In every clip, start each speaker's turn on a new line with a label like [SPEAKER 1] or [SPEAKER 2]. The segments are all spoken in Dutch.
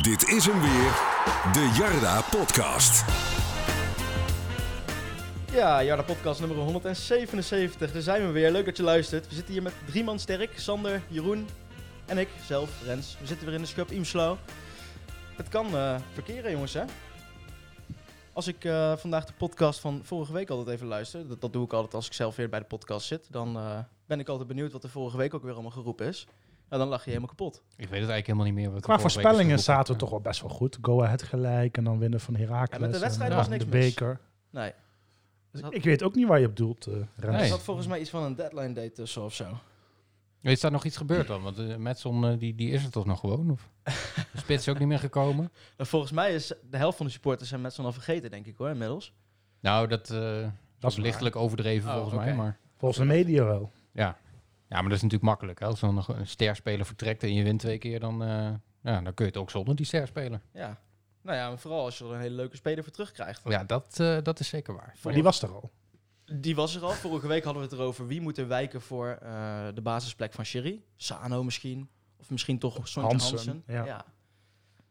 [SPEAKER 1] Dit is hem weer, de Jarda Podcast.
[SPEAKER 2] Ja, Jarda Podcast nummer 177. Daar zijn we weer. Leuk dat je luistert. We zitten hier met drie man sterk. Sander, Jeroen en ik, zelf, Rens. We zitten weer in de schub Imslo. Het kan eh, verkeren, jongens, hè? Als ik eh, vandaag de podcast van vorige week altijd even luister, dat, dat doe ik altijd als ik zelf weer bij de podcast zit, dan eh, ben ik altijd benieuwd wat er vorige week ook weer allemaal geroepen is. Nou, dan lach je helemaal kapot.
[SPEAKER 3] Ik weet het eigenlijk helemaal niet meer. Wat er
[SPEAKER 4] Qua
[SPEAKER 3] vorige week is
[SPEAKER 4] voorspellingen
[SPEAKER 3] geroepen.
[SPEAKER 4] zaten we toch wel best wel goed. Go Ahead gelijk en dan winnen van Heracles.
[SPEAKER 2] Ja, met de wedstrijd
[SPEAKER 4] en,
[SPEAKER 3] was
[SPEAKER 4] eh,
[SPEAKER 2] niks
[SPEAKER 4] De
[SPEAKER 2] mis.
[SPEAKER 4] beker.
[SPEAKER 2] Nee,
[SPEAKER 4] Dus
[SPEAKER 2] Dat-
[SPEAKER 4] ik weet ook niet waar je op doelt, eh, Rens.
[SPEAKER 2] er
[SPEAKER 3] Nee.
[SPEAKER 2] zat volgens mij iets van een deadline date tussen of zo.
[SPEAKER 3] Is daar nog iets gebeurd dan? Want eh, Metson, eh, die, die is er toch nog gewoon? Of? De spits is ook niet meer gekomen?
[SPEAKER 2] Maar volgens mij is de helft van de supporters zijn met z'n al vergeten, denk ik hoor, inmiddels.
[SPEAKER 3] Nou, dat, eh, dat is
[SPEAKER 4] waar.
[SPEAKER 3] lichtelijk overdreven
[SPEAKER 2] Oh,
[SPEAKER 3] volgens mij.
[SPEAKER 2] oké.
[SPEAKER 3] Maar,
[SPEAKER 4] Volgens de media wel.
[SPEAKER 3] ja. ja, maar dat is natuurlijk makkelijk. Hè? Als dan nog een sterspeler vertrekt en je wint twee keer, dan, eh, ja, dan kun je het ook zonder die sterspeler.
[SPEAKER 2] Ja. Nou ja, maar vooral als je er een hele leuke speler voor terugkrijgt.
[SPEAKER 3] Ja, dat, eh, dat is zeker waar.
[SPEAKER 4] Maar die was er al.
[SPEAKER 2] Die was er al. Vorige week hadden we het erover wie moet er wijken voor eh, de basisplek van Sherry. Sano misschien. Of misschien toch Sontje Hansen.
[SPEAKER 4] Hansen, ja.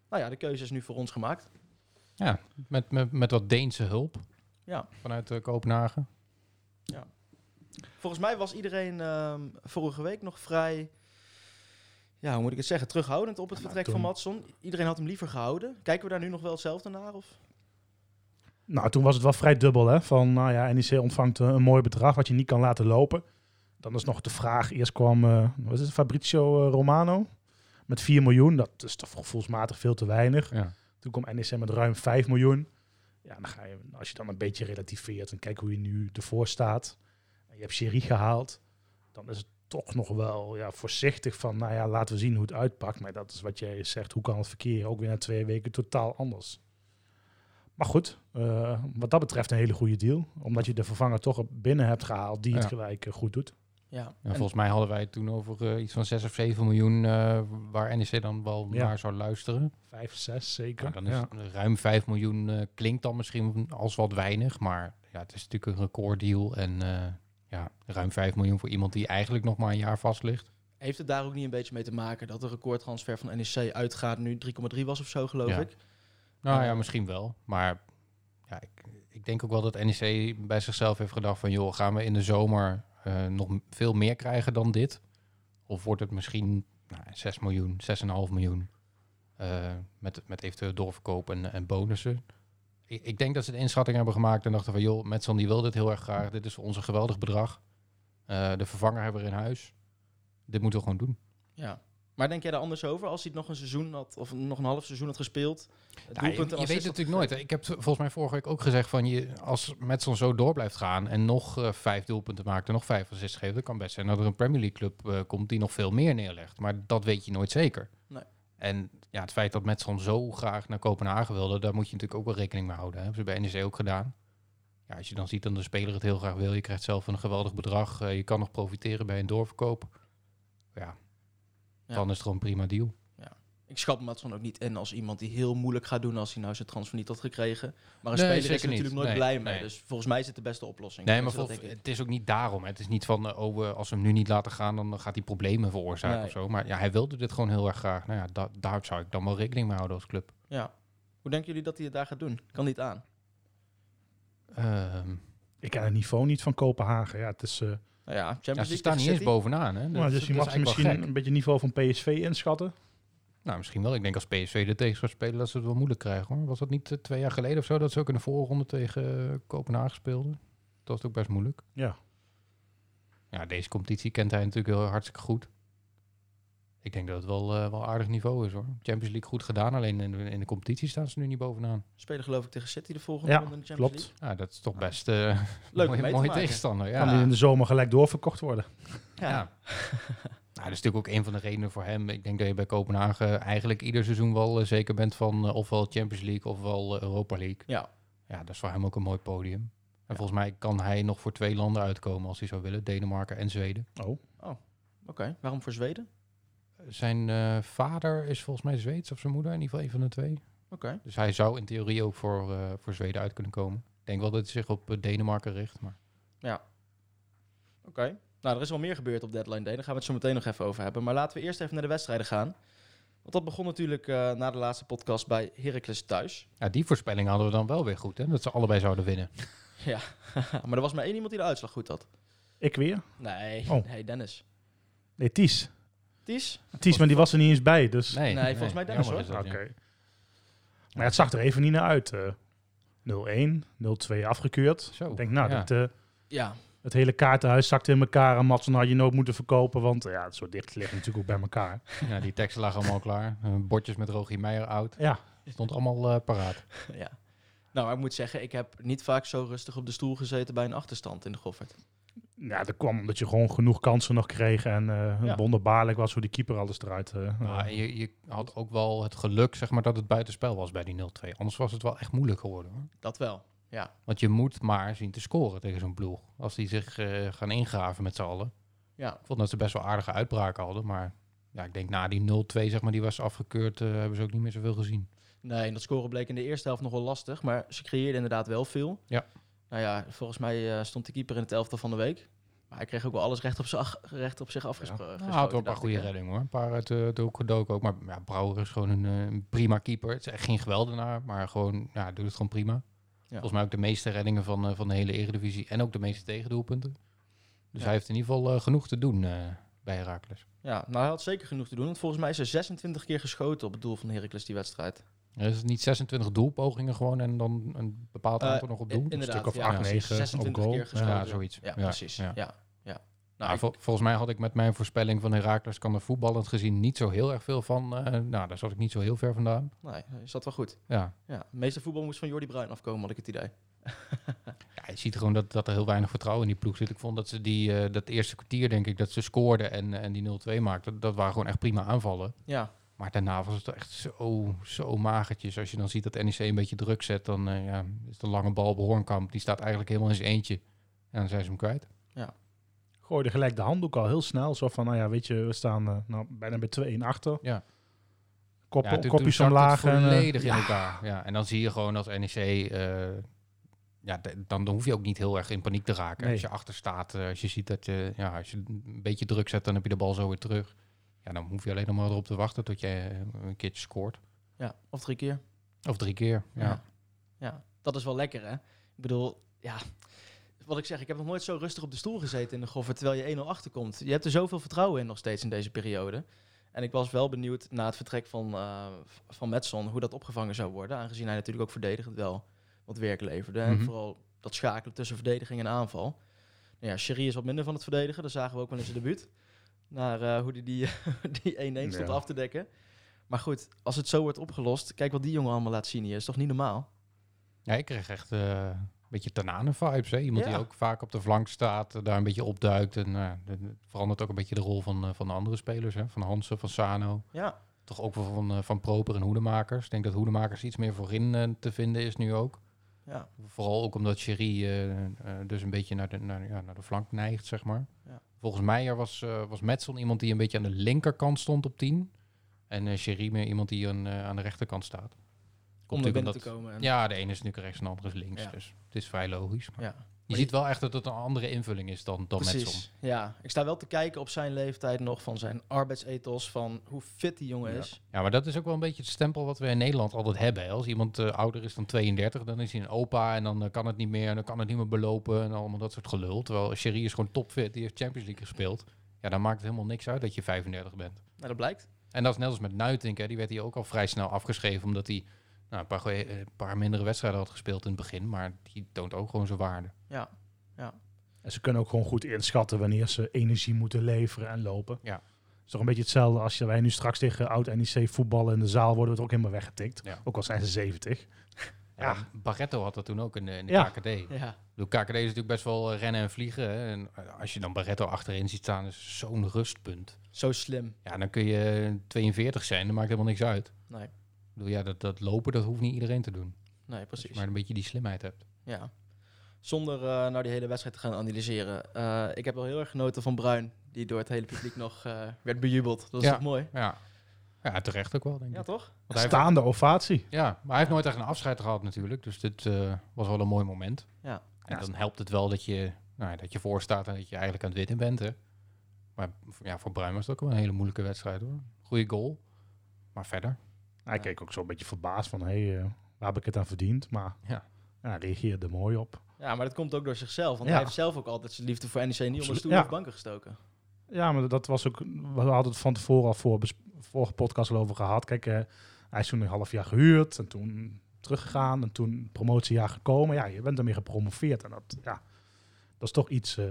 [SPEAKER 2] Nou ja, de keuze is nu voor ons gemaakt.
[SPEAKER 3] Met, met, met wat Deense hulp
[SPEAKER 2] Ja.
[SPEAKER 3] vanuit eh, Kopenhagen.
[SPEAKER 2] Volgens mij was iedereen ehm, vorige week nog vrij... Ja, hoe moet ik het zeggen? Terughoudend op het vertrek
[SPEAKER 4] toen-
[SPEAKER 2] van Matson. Iedereen had hem liever gehouden. Kijken we daar nu nog wel hetzelfde naar? Of?
[SPEAKER 4] Nou, toen was het wel vrij dubbel, hè. Van, nou ja, NEC ontvangt eh, een mooi bedrag wat je niet kan laten lopen. Dan is nog de vraag, eerst kwam, eh, wat is het, Fabrizio eh, Romano? Met 4 miljoen, dat is toch gevoelsmatig veel te weinig.
[SPEAKER 3] Ja.
[SPEAKER 4] Toen kwam NEC met ruim 5 miljoen. Ja, dan ga je, als je dan een beetje relativeert en kijkt hoe je nu ervoor staat. En je hebt Serie gehaald. Dan is het toch nog wel ja, voorzichtig van, nou ja, laten we zien hoe het uitpakt. Maar dat is wat jij zegt, hoe kan het verkeer ook weer na twee weken totaal anders. Maar goed, eh, wat dat betreft een hele goede deal. Omdat je de vervanger toch binnen hebt gehaald die
[SPEAKER 3] Ja.
[SPEAKER 4] het gelijk eh, goed doet.
[SPEAKER 2] Ja.
[SPEAKER 3] En volgens mij hadden wij het toen over eh, iets van 6 of 7 miljoen eh, waar NEC dan wel
[SPEAKER 4] Ja.
[SPEAKER 3] naar zou luisteren.
[SPEAKER 4] Vijf, zes zeker.
[SPEAKER 3] Ja, dan is
[SPEAKER 4] Ja.
[SPEAKER 3] ruim 5 miljoen eh, klinkt dan misschien als wat weinig, maar ja, het is natuurlijk een recorddeal. En eh, ja, ruim 5 miljoen voor iemand die eigenlijk nog maar een jaar vast ligt.
[SPEAKER 2] Heeft het daar ook niet een beetje mee te maken dat de recordtransfer van NEC uitgaat nu 3,3 was of zo, geloof
[SPEAKER 3] Ja.
[SPEAKER 2] ik?
[SPEAKER 3] Nou
[SPEAKER 2] Ja.
[SPEAKER 3] ja, misschien wel. Maar ja, ik, ik denk ook wel dat NEC bij zichzelf heeft gedacht van joh, gaan we in de zomer eh, nog m- veel meer krijgen dan dit? Of wordt het misschien nou, 6 miljoen, 6,5 miljoen eh, met, met eventueel doorverkoop en, en bonussen? Ik, ik denk dat ze de inschatting hebben gemaakt en dachten van joh, Metson die wil dit heel erg graag. Dit is onze geweldig bedrag. Eh, de vervanger hebben we in huis. Dit moeten we gewoon doen.
[SPEAKER 2] Ja. Maar denk jij daar anders over? Als hij het nog een seizoen had, of nog een half seizoen had gespeeld. het
[SPEAKER 3] Ja, Nou, je-
[SPEAKER 2] doelpunt en
[SPEAKER 3] je,
[SPEAKER 2] assist had
[SPEAKER 3] weet het natuurlijk nooit. hè. Ik heb t- volgens mij vorige week ook gezegd van je, als Metson zo door blijft gaan en nog eh, vijf doelpunten maakt en nog vijf assists geeft, dan kan best zijn dat er een Premier League club eh, komt die nog veel meer neerlegt. Maar dat weet je nooit zeker.
[SPEAKER 2] Nee.
[SPEAKER 3] En ja, het feit dat Metson zo graag naar Kopenhagen wilde, daar moet je natuurlijk ook wel rekening mee houden. Hè. Hebben ze bij NEC ook gedaan. Ja, als je dan ziet dat de speler het heel graag wil, je krijgt zelf een geweldig bedrag, eh, je kan nog profiteren bij een doorverkoop. Ja,
[SPEAKER 2] Ja.
[SPEAKER 3] dan is het gewoon een prima deal.
[SPEAKER 2] Ik schat Matson ook niet in als iemand die heel moeilijk gaat doen als hij nou zijn transfer niet had gekregen. Maar een
[SPEAKER 3] Nee,
[SPEAKER 2] speler is
[SPEAKER 3] zeker
[SPEAKER 2] er natuurlijk
[SPEAKER 3] niet.
[SPEAKER 2] nooit
[SPEAKER 3] Nee,
[SPEAKER 2] blij mee.
[SPEAKER 3] nee.
[SPEAKER 2] Dus volgens mij is het de beste oplossing.
[SPEAKER 3] Nee,
[SPEAKER 2] Dat
[SPEAKER 3] maar
[SPEAKER 2] is dat,
[SPEAKER 3] volgens-
[SPEAKER 2] denk ik.
[SPEAKER 3] het is ook niet daarom. hè. Het is niet van, eh, oh, eh, als we hem nu niet laten gaan, dan eh, gaat hij problemen veroorzaken
[SPEAKER 2] Nee.
[SPEAKER 3] of zo. Maar ja, hij wilde dit gewoon heel erg graag. Nou ja, da- daar zou ik dan wel rekening mee houden als club.
[SPEAKER 2] Ja. Hoe denken jullie dat hij het daar gaat doen? Kan niet aan.
[SPEAKER 3] Ehm,
[SPEAKER 4] Ik ken het niveau niet van Kopenhagen. Ja, het is, eh,
[SPEAKER 2] Nou ja, Champions
[SPEAKER 3] ja,
[SPEAKER 2] League
[SPEAKER 3] ze staan niet
[SPEAKER 2] tegen
[SPEAKER 3] eens
[SPEAKER 2] City?
[SPEAKER 3] bovenaan. Hè. Dat-
[SPEAKER 4] nou, dus
[SPEAKER 3] dat
[SPEAKER 4] je
[SPEAKER 3] is
[SPEAKER 4] mag
[SPEAKER 3] eigenlijk wel
[SPEAKER 4] misschien
[SPEAKER 3] gek.
[SPEAKER 4] een beetje het niveau van PSV inschatten.
[SPEAKER 3] Nou, misschien wel. Ik denk als PSV er tegen zou spelen, dat ze het wel moeilijk krijgen. Hoor. Was dat niet eh, twee jaar geleden of zo, dat ze ook in de voorronde tegen eh, Kopenhagen speelden? Dat was ook best moeilijk.
[SPEAKER 4] Ja.
[SPEAKER 3] Ja, deze competitie kent hij natuurlijk heel hartstikke goed. Ik denk dat het wel, eh, wel aardig niveau is hoor. Champions League goed gedaan, alleen in de, in de competitie staan ze nu niet bovenaan.
[SPEAKER 2] Spelen geloof ik tegen City de volgende
[SPEAKER 4] Ja,
[SPEAKER 2] ronde in de Champions
[SPEAKER 4] klopt.
[SPEAKER 3] Ja, dat is toch best eh
[SPEAKER 2] Ah. Leuk om
[SPEAKER 3] mooie,
[SPEAKER 2] mee te
[SPEAKER 3] mooie
[SPEAKER 2] maken.
[SPEAKER 3] tegenstander. Ja.
[SPEAKER 4] Kan die in de zomer gelijk doorverkocht worden.
[SPEAKER 2] League. Ja.
[SPEAKER 3] Ja. Nou, dat is natuurlijk ook een van de redenen voor hem. Ik denk dat je bij Kopenhagen eigenlijk ieder seizoen wel eh, zeker bent van eh, ofwel Champions League ofwel eh, Europa League.
[SPEAKER 2] Ja.
[SPEAKER 3] Ja, dat is voor hem ook een mooi podium. En volgens mij kan hij nog voor twee landen uitkomen als hij zou willen. Denemarken en Zweden.
[SPEAKER 4] Oh,
[SPEAKER 2] Oké, waarom voor Zweden?
[SPEAKER 3] Zijn eh, vader is volgens mij Zweeds of zijn moeder, in ieder geval een van de twee.
[SPEAKER 2] Oké.
[SPEAKER 3] Dus hij zou in theorie ook voor, eh, voor Zweden uit kunnen komen. Ik denk wel dat hij zich op eh, Denemarken richt, maar...
[SPEAKER 2] Oké. Nou, er is wel meer gebeurd op deadline day. Daar gaan we het zo meteen nog even over hebben. Maar laten we eerst even naar de wedstrijden gaan. Want dat begon natuurlijk eh, na de laatste podcast bij Heracles thuis.
[SPEAKER 3] Ja, die voorspelling hadden we dan wel weer goed, hè? Dat ze allebei zouden winnen.
[SPEAKER 2] maar er was maar één iemand die de uitslag goed had.
[SPEAKER 4] Ik weer?
[SPEAKER 2] Nee,
[SPEAKER 4] Oh.
[SPEAKER 2] nee Dennis.
[SPEAKER 4] Nee, Ties.
[SPEAKER 2] Ties?
[SPEAKER 4] Ties, maar die was er niet eens bij, dus...
[SPEAKER 3] Nee,
[SPEAKER 2] Nee, volgens mij Dennis,
[SPEAKER 3] jammer
[SPEAKER 2] hoor.
[SPEAKER 3] is dat,
[SPEAKER 4] Oké.
[SPEAKER 3] ja.
[SPEAKER 4] Maar het zag er even niet naar uit. eh. 0-1, 0-2 afgekeurd.
[SPEAKER 3] Zo,
[SPEAKER 4] Ik denk, nou,
[SPEAKER 3] ja.
[SPEAKER 4] dat, eh,
[SPEAKER 2] Ja,
[SPEAKER 4] het hele kaartenhuis zakte in elkaar. En Matson had je nooit moeten verkopen, want eh, ja, zo dicht liggen natuurlijk ook bij elkaar.
[SPEAKER 3] Ja, die teksten lagen allemaal klaar. Eh, Bordjes met Rogier Meijer oud.
[SPEAKER 4] Ja,
[SPEAKER 3] Stond allemaal eh, paraat.
[SPEAKER 2] ja. Nou, maar ik moet zeggen, ik heb niet vaak zo rustig op de stoel gezeten bij een achterstand in de Goffert.
[SPEAKER 4] ja, dat kwam omdat je gewoon genoeg kansen nog kreeg. En eh
[SPEAKER 2] Ja.
[SPEAKER 4] wonderbaarlijk was hoe die keeper alles eruit... eh,
[SPEAKER 3] Maar Nou, je, je had ook wel het geluk, zeg maar, dat het buitenspel was bij die 0-2. Anders was het wel echt moeilijk geworden, hoor.
[SPEAKER 2] Dat wel.
[SPEAKER 3] Want je moet maar zien te scoren tegen zo'n ploeg. Als die zich eh, gaan ingraven met z'n allen.
[SPEAKER 2] Ja,
[SPEAKER 3] Ik vond dat ze best wel aardige uitbraken hadden. Maar ja, ik denk na die 0-2, zeg maar, die was afgekeurd, eh, hebben ze ook niet meer zoveel gezien.
[SPEAKER 2] nee, en dat scoren bleek in de eerste helft nog wel lastig, maar ze creëerden inderdaad wel veel.
[SPEAKER 3] Ja.
[SPEAKER 2] Nou ja, volgens mij eh, stond de keeper in het elftal van de week. Maar hij kreeg ook wel alles recht op, z'n ach- recht op zich
[SPEAKER 3] Ja.
[SPEAKER 2] afgesproken.
[SPEAKER 3] Nou, had wel een paar goede reddingen, hoor. Een paar uit eh, de Hoekendook ook. Maar ja, Brouwer is gewoon een eh, prima keeper. Het is echt geen geweldenaar, maar gewoon, ja, doet het gewoon prima. Volgens mij ook de meeste reddingen van, eh, van de hele Eredivisie. En ook de meeste tegendoelpunten. Dus
[SPEAKER 2] Ja.
[SPEAKER 3] hij heeft in ieder geval eh, genoeg te doen eh, bij Herakles.
[SPEAKER 2] Ja, nou hij had zeker genoeg te doen, want volgens mij is er 26 keer geschoten op het doel van Heracles die wedstrijd.
[SPEAKER 3] Er is het niet 26 doelpogingen gewoon en dan een bepaald
[SPEAKER 2] Eh,
[SPEAKER 3] aantal nog op
[SPEAKER 2] I-
[SPEAKER 3] doel.
[SPEAKER 2] inderdaad,
[SPEAKER 4] stuk of
[SPEAKER 2] ja,
[SPEAKER 4] acht,
[SPEAKER 2] precies.
[SPEAKER 4] negen op
[SPEAKER 2] 26
[SPEAKER 4] goal.
[SPEAKER 2] keer geschoten.
[SPEAKER 3] ja,
[SPEAKER 2] Ja,
[SPEAKER 3] zoiets.
[SPEAKER 2] precies. Ja,
[SPEAKER 3] ja.
[SPEAKER 2] ja. Nou,
[SPEAKER 3] Maar
[SPEAKER 2] ik-
[SPEAKER 3] vol- volgens mij had ik met mijn voorspelling van Herakles kan er voetballend gezien niet zo heel erg veel van. eh, nou, daar zat ik niet zo heel ver vandaan.
[SPEAKER 2] nee, hij zat wel goed.
[SPEAKER 3] Ja.
[SPEAKER 2] Ja, de meeste voetbal moest van Jordi Bruin afkomen, had ik het idee.
[SPEAKER 3] Ja, je ziet gewoon dat, dat er heel weinig vertrouwen in die ploeg zit. Ik vond dat ze die, eh, dat eerste kwartier, denk ik, dat ze scoorden en, en die 0-2 maakten. Dat, dat waren gewoon echt prima aanvallen.
[SPEAKER 2] Ja,
[SPEAKER 3] Maar daarna was het echt zo, zo magertjes. Als je dan ziet dat NEC een beetje druk zet, dan eh, ja, is de lange bal op Hoornkamp. Die staat eigenlijk helemaal in zijn eentje. En dan zijn ze hem kwijt.
[SPEAKER 4] gooide gelijk de handdoek al heel snel. Zo van, nou ja, weet je, we staan eh, nou, bijna bij 2-1 achter.
[SPEAKER 3] Ja.
[SPEAKER 4] Kop,
[SPEAKER 3] ja, toen- toen
[SPEAKER 4] kopjes
[SPEAKER 3] zakte het
[SPEAKER 4] omlaag. En, eh,
[SPEAKER 3] volledig in
[SPEAKER 4] ja.
[SPEAKER 3] elkaar. Ja, en dan zie je gewoon als NEC... eh, ja, de- dan hoef je ook niet heel erg in paniek te raken.
[SPEAKER 4] Nee.
[SPEAKER 3] Als je achter staat, eh, als je ziet dat je... Ja, als je een beetje druk zet, dan heb je de bal zo weer terug. Ja, dan hoef je alleen nog maar erop te wachten tot je eh, een keertje scoort.
[SPEAKER 2] ja, of drie keer.
[SPEAKER 3] Of drie keer,
[SPEAKER 2] Ja.
[SPEAKER 3] ja.
[SPEAKER 2] Ja, dat is wel lekker, hè? Ik bedoel, ja, wat ik zeg, ik heb nog nooit zo rustig op de stoel gezeten in de goffer terwijl je 1-0 achterkomt. Je hebt er zoveel vertrouwen in nog steeds in deze periode. En ik was wel benieuwd na het vertrek van, eh, v- van Metson hoe dat opgevangen zou worden, aangezien hij natuurlijk ook verdedigend wel wat werk leverde. En
[SPEAKER 3] Mhm.
[SPEAKER 2] vooral dat schakelen tussen verdediging en aanval. Nou ja, Sherry is wat minder van het verdedigen, dat zagen we ook wel in zijn debuut. Naar eh, hoe hij die, die 1-1 stond
[SPEAKER 4] Ja.
[SPEAKER 2] af te dekken. Maar goed, als het zo wordt opgelost, kijk wat die jongen allemaal laat zien hier, is toch niet normaal?
[SPEAKER 3] Ja, ik kreeg echt eh, een beetje Tanane-vibes. hè. Iemand die
[SPEAKER 2] Ja.
[SPEAKER 3] ook vaak op de flank staat, eh, daar een beetje opduikt. En eh, dat dat verandert ook een beetje de rol van, eh, van de andere spelers. Hè? Van Hansen, van Sano.
[SPEAKER 2] Ja,
[SPEAKER 3] Toch ook wel van, eh, van Proper en Hoedemakers. Ik denk dat Hoedemakers iets meer voorin eh, te vinden is nu ook.
[SPEAKER 2] ja.
[SPEAKER 3] Vooral ook omdat Sherry eh, eh, dus een beetje naar de, naar, ja, naar de flank neigt, zeg maar.
[SPEAKER 2] Ja.
[SPEAKER 3] Volgens mij er was, eh was Metson iemand die een beetje aan de linkerkant stond op 10. En eh Sherry meer iemand die aan, eh, aan de rechterkant staat.
[SPEAKER 2] om naar
[SPEAKER 3] natuurlijk
[SPEAKER 2] binnen
[SPEAKER 3] omdat-
[SPEAKER 2] te komen. En,
[SPEAKER 3] Ja, de ene is nu rechts en de andere is links.
[SPEAKER 2] Ja.
[SPEAKER 3] Dus het is vrij logisch. Maar
[SPEAKER 2] Ja,
[SPEAKER 3] je
[SPEAKER 2] die-
[SPEAKER 3] ziet wel echt dat het een andere invulling is dan, dan Metson.
[SPEAKER 2] precies. Ja, ik sta wel te kijken op zijn leeftijd nog van zijn arbeidsethos, van hoe fit die jongen
[SPEAKER 4] Ja.
[SPEAKER 2] is.
[SPEAKER 3] Ja, maar dat is ook wel een beetje het stempel wat we in Nederland altijd hebben. hè. Als iemand eh, ouder is dan 32, dan is hij een opa en dan eh, kan het niet meer. En dan kan het niet meer belopen en allemaal dat soort gelul. Terwijl Sherry is gewoon topfit, die heeft Champions League gespeeld. Ja, dan maakt het helemaal niks uit dat je 35 bent.
[SPEAKER 2] Nou, dat blijkt.
[SPEAKER 3] En dat is net als met Nuitink. Hè. Die werd hier ook al vrij snel afgeschreven omdat hij nou, een paar, goeie- eh, een paar mindere wedstrijden had gespeeld in het begin. Maar die toont ook gewoon zijn waarde.
[SPEAKER 2] Ja,
[SPEAKER 4] En ze kunnen ook gewoon goed inschatten wanneer ze energie moeten leveren en lopen.
[SPEAKER 3] Ja.
[SPEAKER 4] Het is toch een beetje hetzelfde als je- wij nu straks tegen oud-NEC voetballen in de zaal worden we het ook helemaal weggetikt.
[SPEAKER 3] Ja.
[SPEAKER 4] Ook al zijn ze 70.
[SPEAKER 3] Ja.
[SPEAKER 4] Ja.
[SPEAKER 3] Barretto had dat toen ook in de, in de
[SPEAKER 4] Ja.
[SPEAKER 3] KKD.
[SPEAKER 2] ja.
[SPEAKER 3] De KKD is natuurlijk best wel eh, rennen en vliegen. Hè? En eh, als je dan Barretto achterin ziet staan, is het zo'n rustpunt.
[SPEAKER 2] Zo slim.
[SPEAKER 3] Ja, dan kun je 42 zijn, dat maakt helemaal niks uit.
[SPEAKER 2] Nee.
[SPEAKER 3] Ik bedoel, ja, dat, dat lopen, dat hoeft niet iedereen te doen.
[SPEAKER 2] Nee,
[SPEAKER 3] Als je
[SPEAKER 2] precies.
[SPEAKER 3] maar een beetje die slimheid hebt.
[SPEAKER 2] Ja. Zonder eh nou die hele wedstrijd te gaan analyseren. Eh, ik heb wel heel erg genoten van Bruin, die door het hele publiek nog eh, werd bejubeld. Dat is
[SPEAKER 3] Ja.
[SPEAKER 2] toch mooi?
[SPEAKER 3] Ja, ja terecht ook wel, denk ik.
[SPEAKER 2] Ja, toch?
[SPEAKER 3] Want hij heeft-
[SPEAKER 4] Staande ovatie.
[SPEAKER 3] ja, maar hij heeft nooit echt een afscheid gehad natuurlijk. Dus dit eh, was wel een mooi moment.
[SPEAKER 2] Ja.
[SPEAKER 3] En
[SPEAKER 4] Ja.
[SPEAKER 3] dan helpt het wel dat je, nou, ja, dat je voor staat en dat je eigenlijk aan het winnen bent. Hè? Maar ja, voor Bruin was het ook wel een hele moeilijke wedstrijd hoor. Goeie goal. Maar verder.
[SPEAKER 4] Hij
[SPEAKER 2] Ja.
[SPEAKER 4] keek ook zo'n beetje verbaasd van, hé, hey, eh, waar heb ik het aan verdiend? Maar
[SPEAKER 3] Ja.
[SPEAKER 4] ja, hij reageerde mooi op.
[SPEAKER 2] Ja, maar dat komt ook door zichzelf. Want
[SPEAKER 4] Ja.
[SPEAKER 2] hij heeft zelf ook altijd zijn liefde voor NEC niet onder
[SPEAKER 4] Absoluut,
[SPEAKER 2] stoel
[SPEAKER 4] ja.
[SPEAKER 2] of banken gestoken.
[SPEAKER 4] Ja, maar dat was ook. We hadden het van tevoren al voor bes- vorige podcast al over gehad. Kijk, eh, hij is toen een half jaar gehuurd en toen teruggegaan en toen promotiejaar gekomen. Ja, je bent ermee gepromoveerd en dat, ja, dat is toch iets. eh,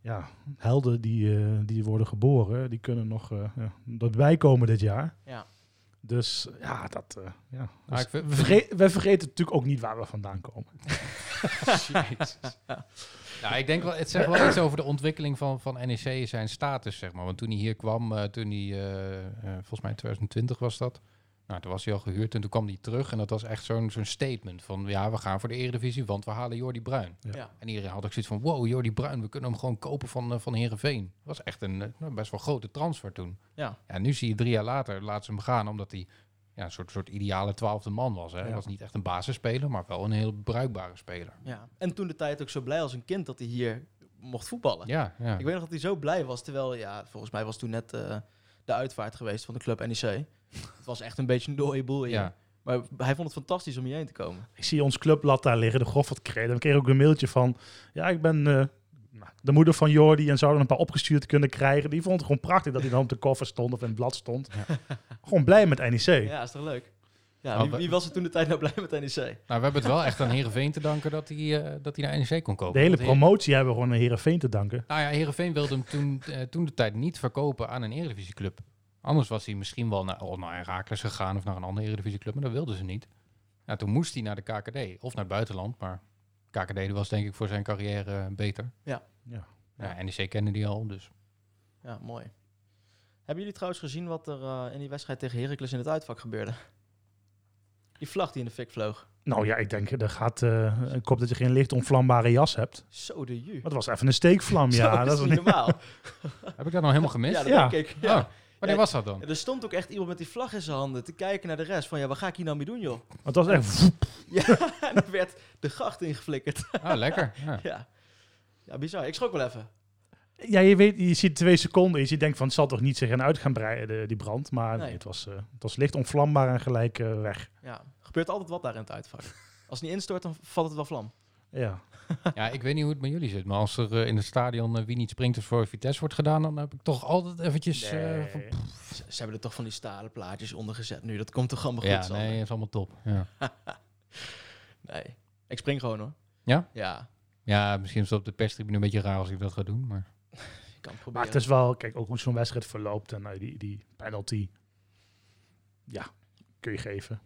[SPEAKER 4] ja, helden die, eh, die worden geboren, die kunnen nog eh ja, dat bijkomen dit jaar.
[SPEAKER 2] Ja.
[SPEAKER 4] Dus ja, dat. eh, ja.
[SPEAKER 3] Nou,
[SPEAKER 4] Dus
[SPEAKER 3] ik vind-
[SPEAKER 4] we, verge- we vergeten natuurlijk ook niet waar we vandaan komen.
[SPEAKER 3] Ja, Nou, ik denk wel, het zegt wel iets over de ontwikkeling van, van NEC, zijn status, zeg maar. Want toen hij hier kwam, eh, toen hij, eh, eh, volgens mij in 2020 was dat. Nou, toen was hij al gehuurd en toen kwam hij terug. En dat was echt zo'n zo'n statement van, ja, we gaan voor de Eredivisie, want we halen Jordi Bruin.
[SPEAKER 4] Ja.
[SPEAKER 2] Ja.
[SPEAKER 3] En iedereen had ook zoiets van, wow, Jordi Bruin, we kunnen hem gewoon kopen van, eh, van Heerenveen. Dat was echt een eh, nou, best wel grote transfer toen.
[SPEAKER 2] Ja.
[SPEAKER 3] En nu zie je drie jaar later, laat ze hem gaan, omdat hij ja, een soort, soort ideale twaalfde man was. Hè. Hij
[SPEAKER 4] Ja.
[SPEAKER 3] was niet echt een basisspeler, maar wel een heel bruikbare speler.
[SPEAKER 2] Ja. En toen de tijd ook zo blij als een kind dat hij hier mocht voetballen.
[SPEAKER 3] Ja, ja.
[SPEAKER 2] Ik weet nog dat hij zo blij was. Terwijl, ja, volgens mij was toen net eh, de uitvaart geweest van de club NEC. het was echt een beetje een dode boel hier.
[SPEAKER 3] ja.
[SPEAKER 2] Maar hij vond het fantastisch om hierheen te komen.
[SPEAKER 4] Ik zie ons clubblad daar liggen, de Goffert Creed. En we kregen ook een mailtje van, ja, ik ben eh, nou, de moeder van Jordi en zouden een paar opgestuurd kunnen krijgen. Die vond het gewoon prachtig dat hij dan op de koffer stond of in het blad stond. gewoon blij met E NEC.
[SPEAKER 2] Ja, is toch leuk? Ja,
[SPEAKER 3] Nou,
[SPEAKER 2] wie,
[SPEAKER 3] we-
[SPEAKER 2] wie was er toen de tijd nou blij met NEC?
[SPEAKER 3] Nou, we hebben het wel echt aan Heerenveen te danken dat hij, eh, dat hij naar NEC kon kopen.
[SPEAKER 4] de hele
[SPEAKER 3] Want Heer-
[SPEAKER 4] promotie hebben we gewoon aan Heerenveen te danken.
[SPEAKER 3] Nou ja, Heerenveen wilde hem toen, eh, toen de tijd niet verkopen aan een Eredivisieclub. Anders was hij misschien wel naar, of naar Herakles gegaan of naar een andere Eredivisieclub, maar dat wilden ze niet. Ja, toen moest hij naar de KKD of naar het buitenland, maar KKD was denk ik voor zijn carrière eh, beter.
[SPEAKER 2] Ja.
[SPEAKER 4] Ja.
[SPEAKER 3] ja. NEC kende die al, dus
[SPEAKER 2] Ja, mooi. Hebben jullie trouwens gezien wat er eh, in die wedstrijd tegen Heracles in het uitvak gebeurde? Die vlag die in de fik vloog.
[SPEAKER 4] Nou ja, ik denk, er gaat eh, ik hoop dat je geen licht onvlammbare jas hebt.
[SPEAKER 2] Zo de ju.
[SPEAKER 4] Maar het was even een steekvlam,
[SPEAKER 2] Zo
[SPEAKER 4] ja.
[SPEAKER 2] is
[SPEAKER 4] Dat is
[SPEAKER 2] niet
[SPEAKER 4] niet-
[SPEAKER 2] normaal.
[SPEAKER 3] heb ik dat nou helemaal gemist?
[SPEAKER 2] Ja, dat
[SPEAKER 4] Ja.
[SPEAKER 2] denk ik. Ja.
[SPEAKER 3] Oh, wanneer
[SPEAKER 2] Ja,
[SPEAKER 3] was dat dan?
[SPEAKER 2] En Er stond ook echt iemand met die vlag in zijn handen te kijken naar de rest. Van ja, wat ga ik hier nou mee doen, joh?
[SPEAKER 4] maar het was echt... voep.
[SPEAKER 2] Ja, en er werd de gracht ingeflikkerd.
[SPEAKER 3] Ah, lekker. Ja.
[SPEAKER 2] Ja. ja, bizar. Ik schrok wel even.
[SPEAKER 4] Ja, je, weet, je ziet twee seconden. Je ziet, denkt van, het zal toch niet zich aan uit gaan breiden, die brand. Maar
[SPEAKER 2] Nee.
[SPEAKER 4] nee, het, was, eh, het was licht onvlambaar en gelijk eh, weg.
[SPEAKER 2] Ja, gebeurt altijd wat daar in het uitvak. Als het niet instort, dan valt het wel vlam.
[SPEAKER 4] Ja.
[SPEAKER 3] Ja, ik weet niet hoe het met jullie zit, maar als er eh, in het stadion eh, wie niet springt is voor Vitesse wordt gedaan, dan heb ik toch altijd eventjes eh, van,
[SPEAKER 4] Nee.
[SPEAKER 2] Ze, ze hebben er toch van die stalen plaatjes onder gezet nu. Dat komt toch allemaal goed,
[SPEAKER 3] Ja,
[SPEAKER 2] Sander?
[SPEAKER 3] nee, is allemaal top. Ja,
[SPEAKER 2] Nee. Ik spring gewoon, hoor.
[SPEAKER 3] Ja?
[SPEAKER 2] Ja,
[SPEAKER 3] ja misschien is het op de perstribune een beetje raar als ik dat ga doen, maar...
[SPEAKER 2] ik kan het
[SPEAKER 4] Maar
[SPEAKER 2] proberen.
[SPEAKER 4] het is wel, kijk, ook hoe zo'n wedstrijd verloopt en eh, die, die penalty. Ja, kun je geven.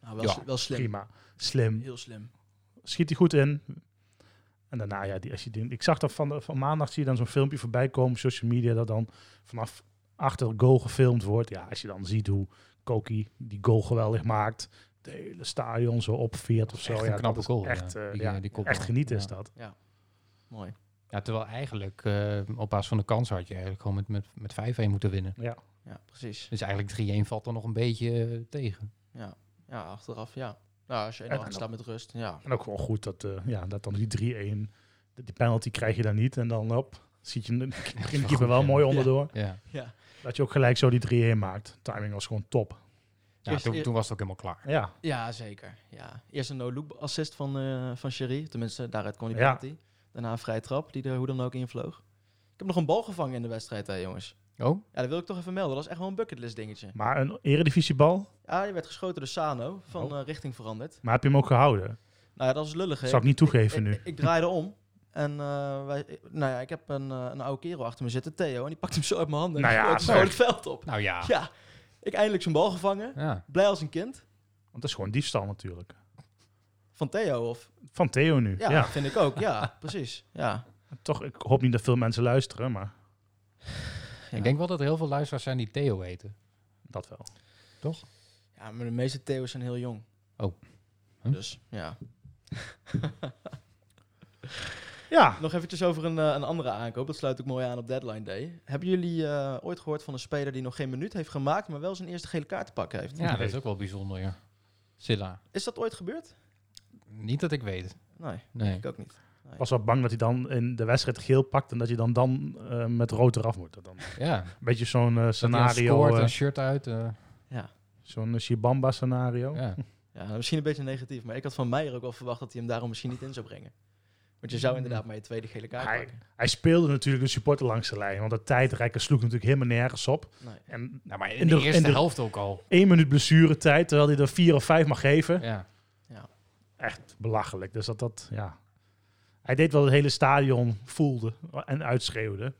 [SPEAKER 2] nou, wel,
[SPEAKER 3] Ja,
[SPEAKER 2] s- wel slim.
[SPEAKER 4] Prima. Slim.
[SPEAKER 2] Heel slim.
[SPEAKER 4] Schiet hij goed in. En daarna, ja, die, als je die, ik zag dat van, de- van maandag zie je dan zo'n filmpje voorbij komen op social media dat dan vanaf achter de goal gefilmd wordt. Ja, als je dan ziet hoe Koki die goal geweldig maakt. De hele stadion zo opveert of zo.
[SPEAKER 3] Echt
[SPEAKER 4] ja,
[SPEAKER 3] een
[SPEAKER 4] dat
[SPEAKER 3] knappe
[SPEAKER 4] is
[SPEAKER 3] goal.
[SPEAKER 4] Echt,
[SPEAKER 3] ja.
[SPEAKER 4] eh,
[SPEAKER 3] Die,
[SPEAKER 4] ja,
[SPEAKER 3] eh, die kopbal.
[SPEAKER 4] echt genieten is
[SPEAKER 3] Ja.
[SPEAKER 4] dat.
[SPEAKER 2] Mooi.
[SPEAKER 3] Ja, terwijl eigenlijk eh, op basis van de kans had je eigenlijk gewoon met, met, met 5-1 moeten winnen.
[SPEAKER 4] Ja.
[SPEAKER 2] Ja, precies.
[SPEAKER 3] Dus eigenlijk 3-1 valt dan nog een beetje eh, tegen.
[SPEAKER 2] Ja, achteraf, ja. Nou, als je
[SPEAKER 4] En-
[SPEAKER 2] 1 staat met rust, ja.
[SPEAKER 4] En ook wel goed dat, eh, ja, dat dan die 3-1, die die penalty krijg je dan niet. En dan op, ziet je hem- begint de keeper wel
[SPEAKER 3] ja.
[SPEAKER 4] mooi onderdoor.
[SPEAKER 3] Ja.
[SPEAKER 2] Ja,
[SPEAKER 4] Dat je ook gelijk zo die 3-1 maakt. Timing was gewoon top.
[SPEAKER 3] Ja,
[SPEAKER 2] Eerst-
[SPEAKER 3] toen, toen was het ook helemaal klaar.
[SPEAKER 4] Ja,
[SPEAKER 2] ja zeker. Ja. Eerst een no-look assist van, eh van Sherry. Tenminste, daaruit kwam die
[SPEAKER 4] Ja.
[SPEAKER 2] penalty. Daarna een vrije trap, die er hoe dan ook in vloog. Ik heb nog een bal gevangen in de wedstrijd, hè, jongens.
[SPEAKER 3] Oh,
[SPEAKER 2] Ja, dat wil ik toch even melden. Dat was echt wel een bucketlist dingetje.
[SPEAKER 4] maar een eredivisiebal,
[SPEAKER 2] Ja, je werd geschoten door Sano, van
[SPEAKER 4] Oh.
[SPEAKER 2] eh, richting veranderd.
[SPEAKER 4] maar heb je hem ook gehouden?
[SPEAKER 2] Nou ja, dat is lullig, hè.
[SPEAKER 4] Dat zou ik niet toegeven nu.
[SPEAKER 2] Ik, ik draaide om. En eh, wij, nou ja, ik heb een, eh, een oude kerel achter me zitten, Theo. En die pakt hem zo uit mijn handen. En
[SPEAKER 4] Nou
[SPEAKER 2] die
[SPEAKER 4] ja, Ah.
[SPEAKER 2] gooit hem zo
[SPEAKER 4] zeg.
[SPEAKER 2] het veld op.
[SPEAKER 3] nou ja. ja.
[SPEAKER 2] Ja, ik eindelijk zijn bal gevangen. Blij als een kind.
[SPEAKER 4] Want dat is gewoon diefstal natuurlijk.
[SPEAKER 2] Van Theo, of...
[SPEAKER 4] Van Theo nu.
[SPEAKER 2] Ja,
[SPEAKER 4] Ja.
[SPEAKER 2] vind ik ook. Ja, precies. Ja.
[SPEAKER 4] Toch, ik hoop niet dat veel mensen luisteren, maar
[SPEAKER 2] Ja.
[SPEAKER 3] Ik denk wel dat er heel veel luisteraars zijn die Theo heten.
[SPEAKER 4] dat wel.
[SPEAKER 2] ja, maar de meeste Theo's zijn heel jong.
[SPEAKER 3] Oh. Hm?
[SPEAKER 2] Dus, ja.
[SPEAKER 4] Ja,
[SPEAKER 2] Nog eventjes over een, eh, een andere aankoop. Dat sluit ook mooi aan op Deadline Day. Hebben jullie eh, ooit gehoord van een speler die nog geen minuut heeft gemaakt, maar wel zijn eerste gele kaart te pakken heeft?
[SPEAKER 3] Ja, dat is ook wel bijzonder, ja. Silla.
[SPEAKER 2] Is dat ooit gebeurd?
[SPEAKER 3] Niet dat ik weet.
[SPEAKER 2] Nee,
[SPEAKER 3] Nee.
[SPEAKER 2] ik ook niet.
[SPEAKER 4] ik was wel bang dat hij dan in de wedstrijd geel pakt en dat je dan, dan eh, met rood eraf moet. Dat Dan.
[SPEAKER 3] Ja.
[SPEAKER 4] Een beetje zo'n
[SPEAKER 3] Scenario.
[SPEAKER 4] eh, scenario.
[SPEAKER 3] Scoort,
[SPEAKER 4] eh,
[SPEAKER 3] een shirt uit. eh.
[SPEAKER 2] Ja.
[SPEAKER 4] Zo'n Shibamba scenario.
[SPEAKER 3] Ja.
[SPEAKER 2] Ja, nou, misschien een beetje negatief, maar ik had van Meijer ook wel verwacht dat hij hem daarom misschien niet in zou brengen. Want je zou
[SPEAKER 3] Hmm.
[SPEAKER 2] inderdaad maar je tweede gele kaart
[SPEAKER 4] Hij-
[SPEAKER 2] pakken.
[SPEAKER 4] Hij speelde natuurlijk de supporter langs de lijn. Want dat tijdrekken sloeg natuurlijk helemaal nergens op.
[SPEAKER 2] Nee.
[SPEAKER 4] En
[SPEAKER 3] Nou, maar in,
[SPEAKER 4] In
[SPEAKER 3] de,
[SPEAKER 4] de-
[SPEAKER 3] eerste
[SPEAKER 4] in de-
[SPEAKER 3] helft ook al.
[SPEAKER 4] één minuut blessuretijd, terwijl hij er vier of vijf mag geven.
[SPEAKER 3] Ja.
[SPEAKER 4] Echt belachelijk. Dus dat dat, ja. Hij deed wel het hele stadion voelde en uitschreeuwde.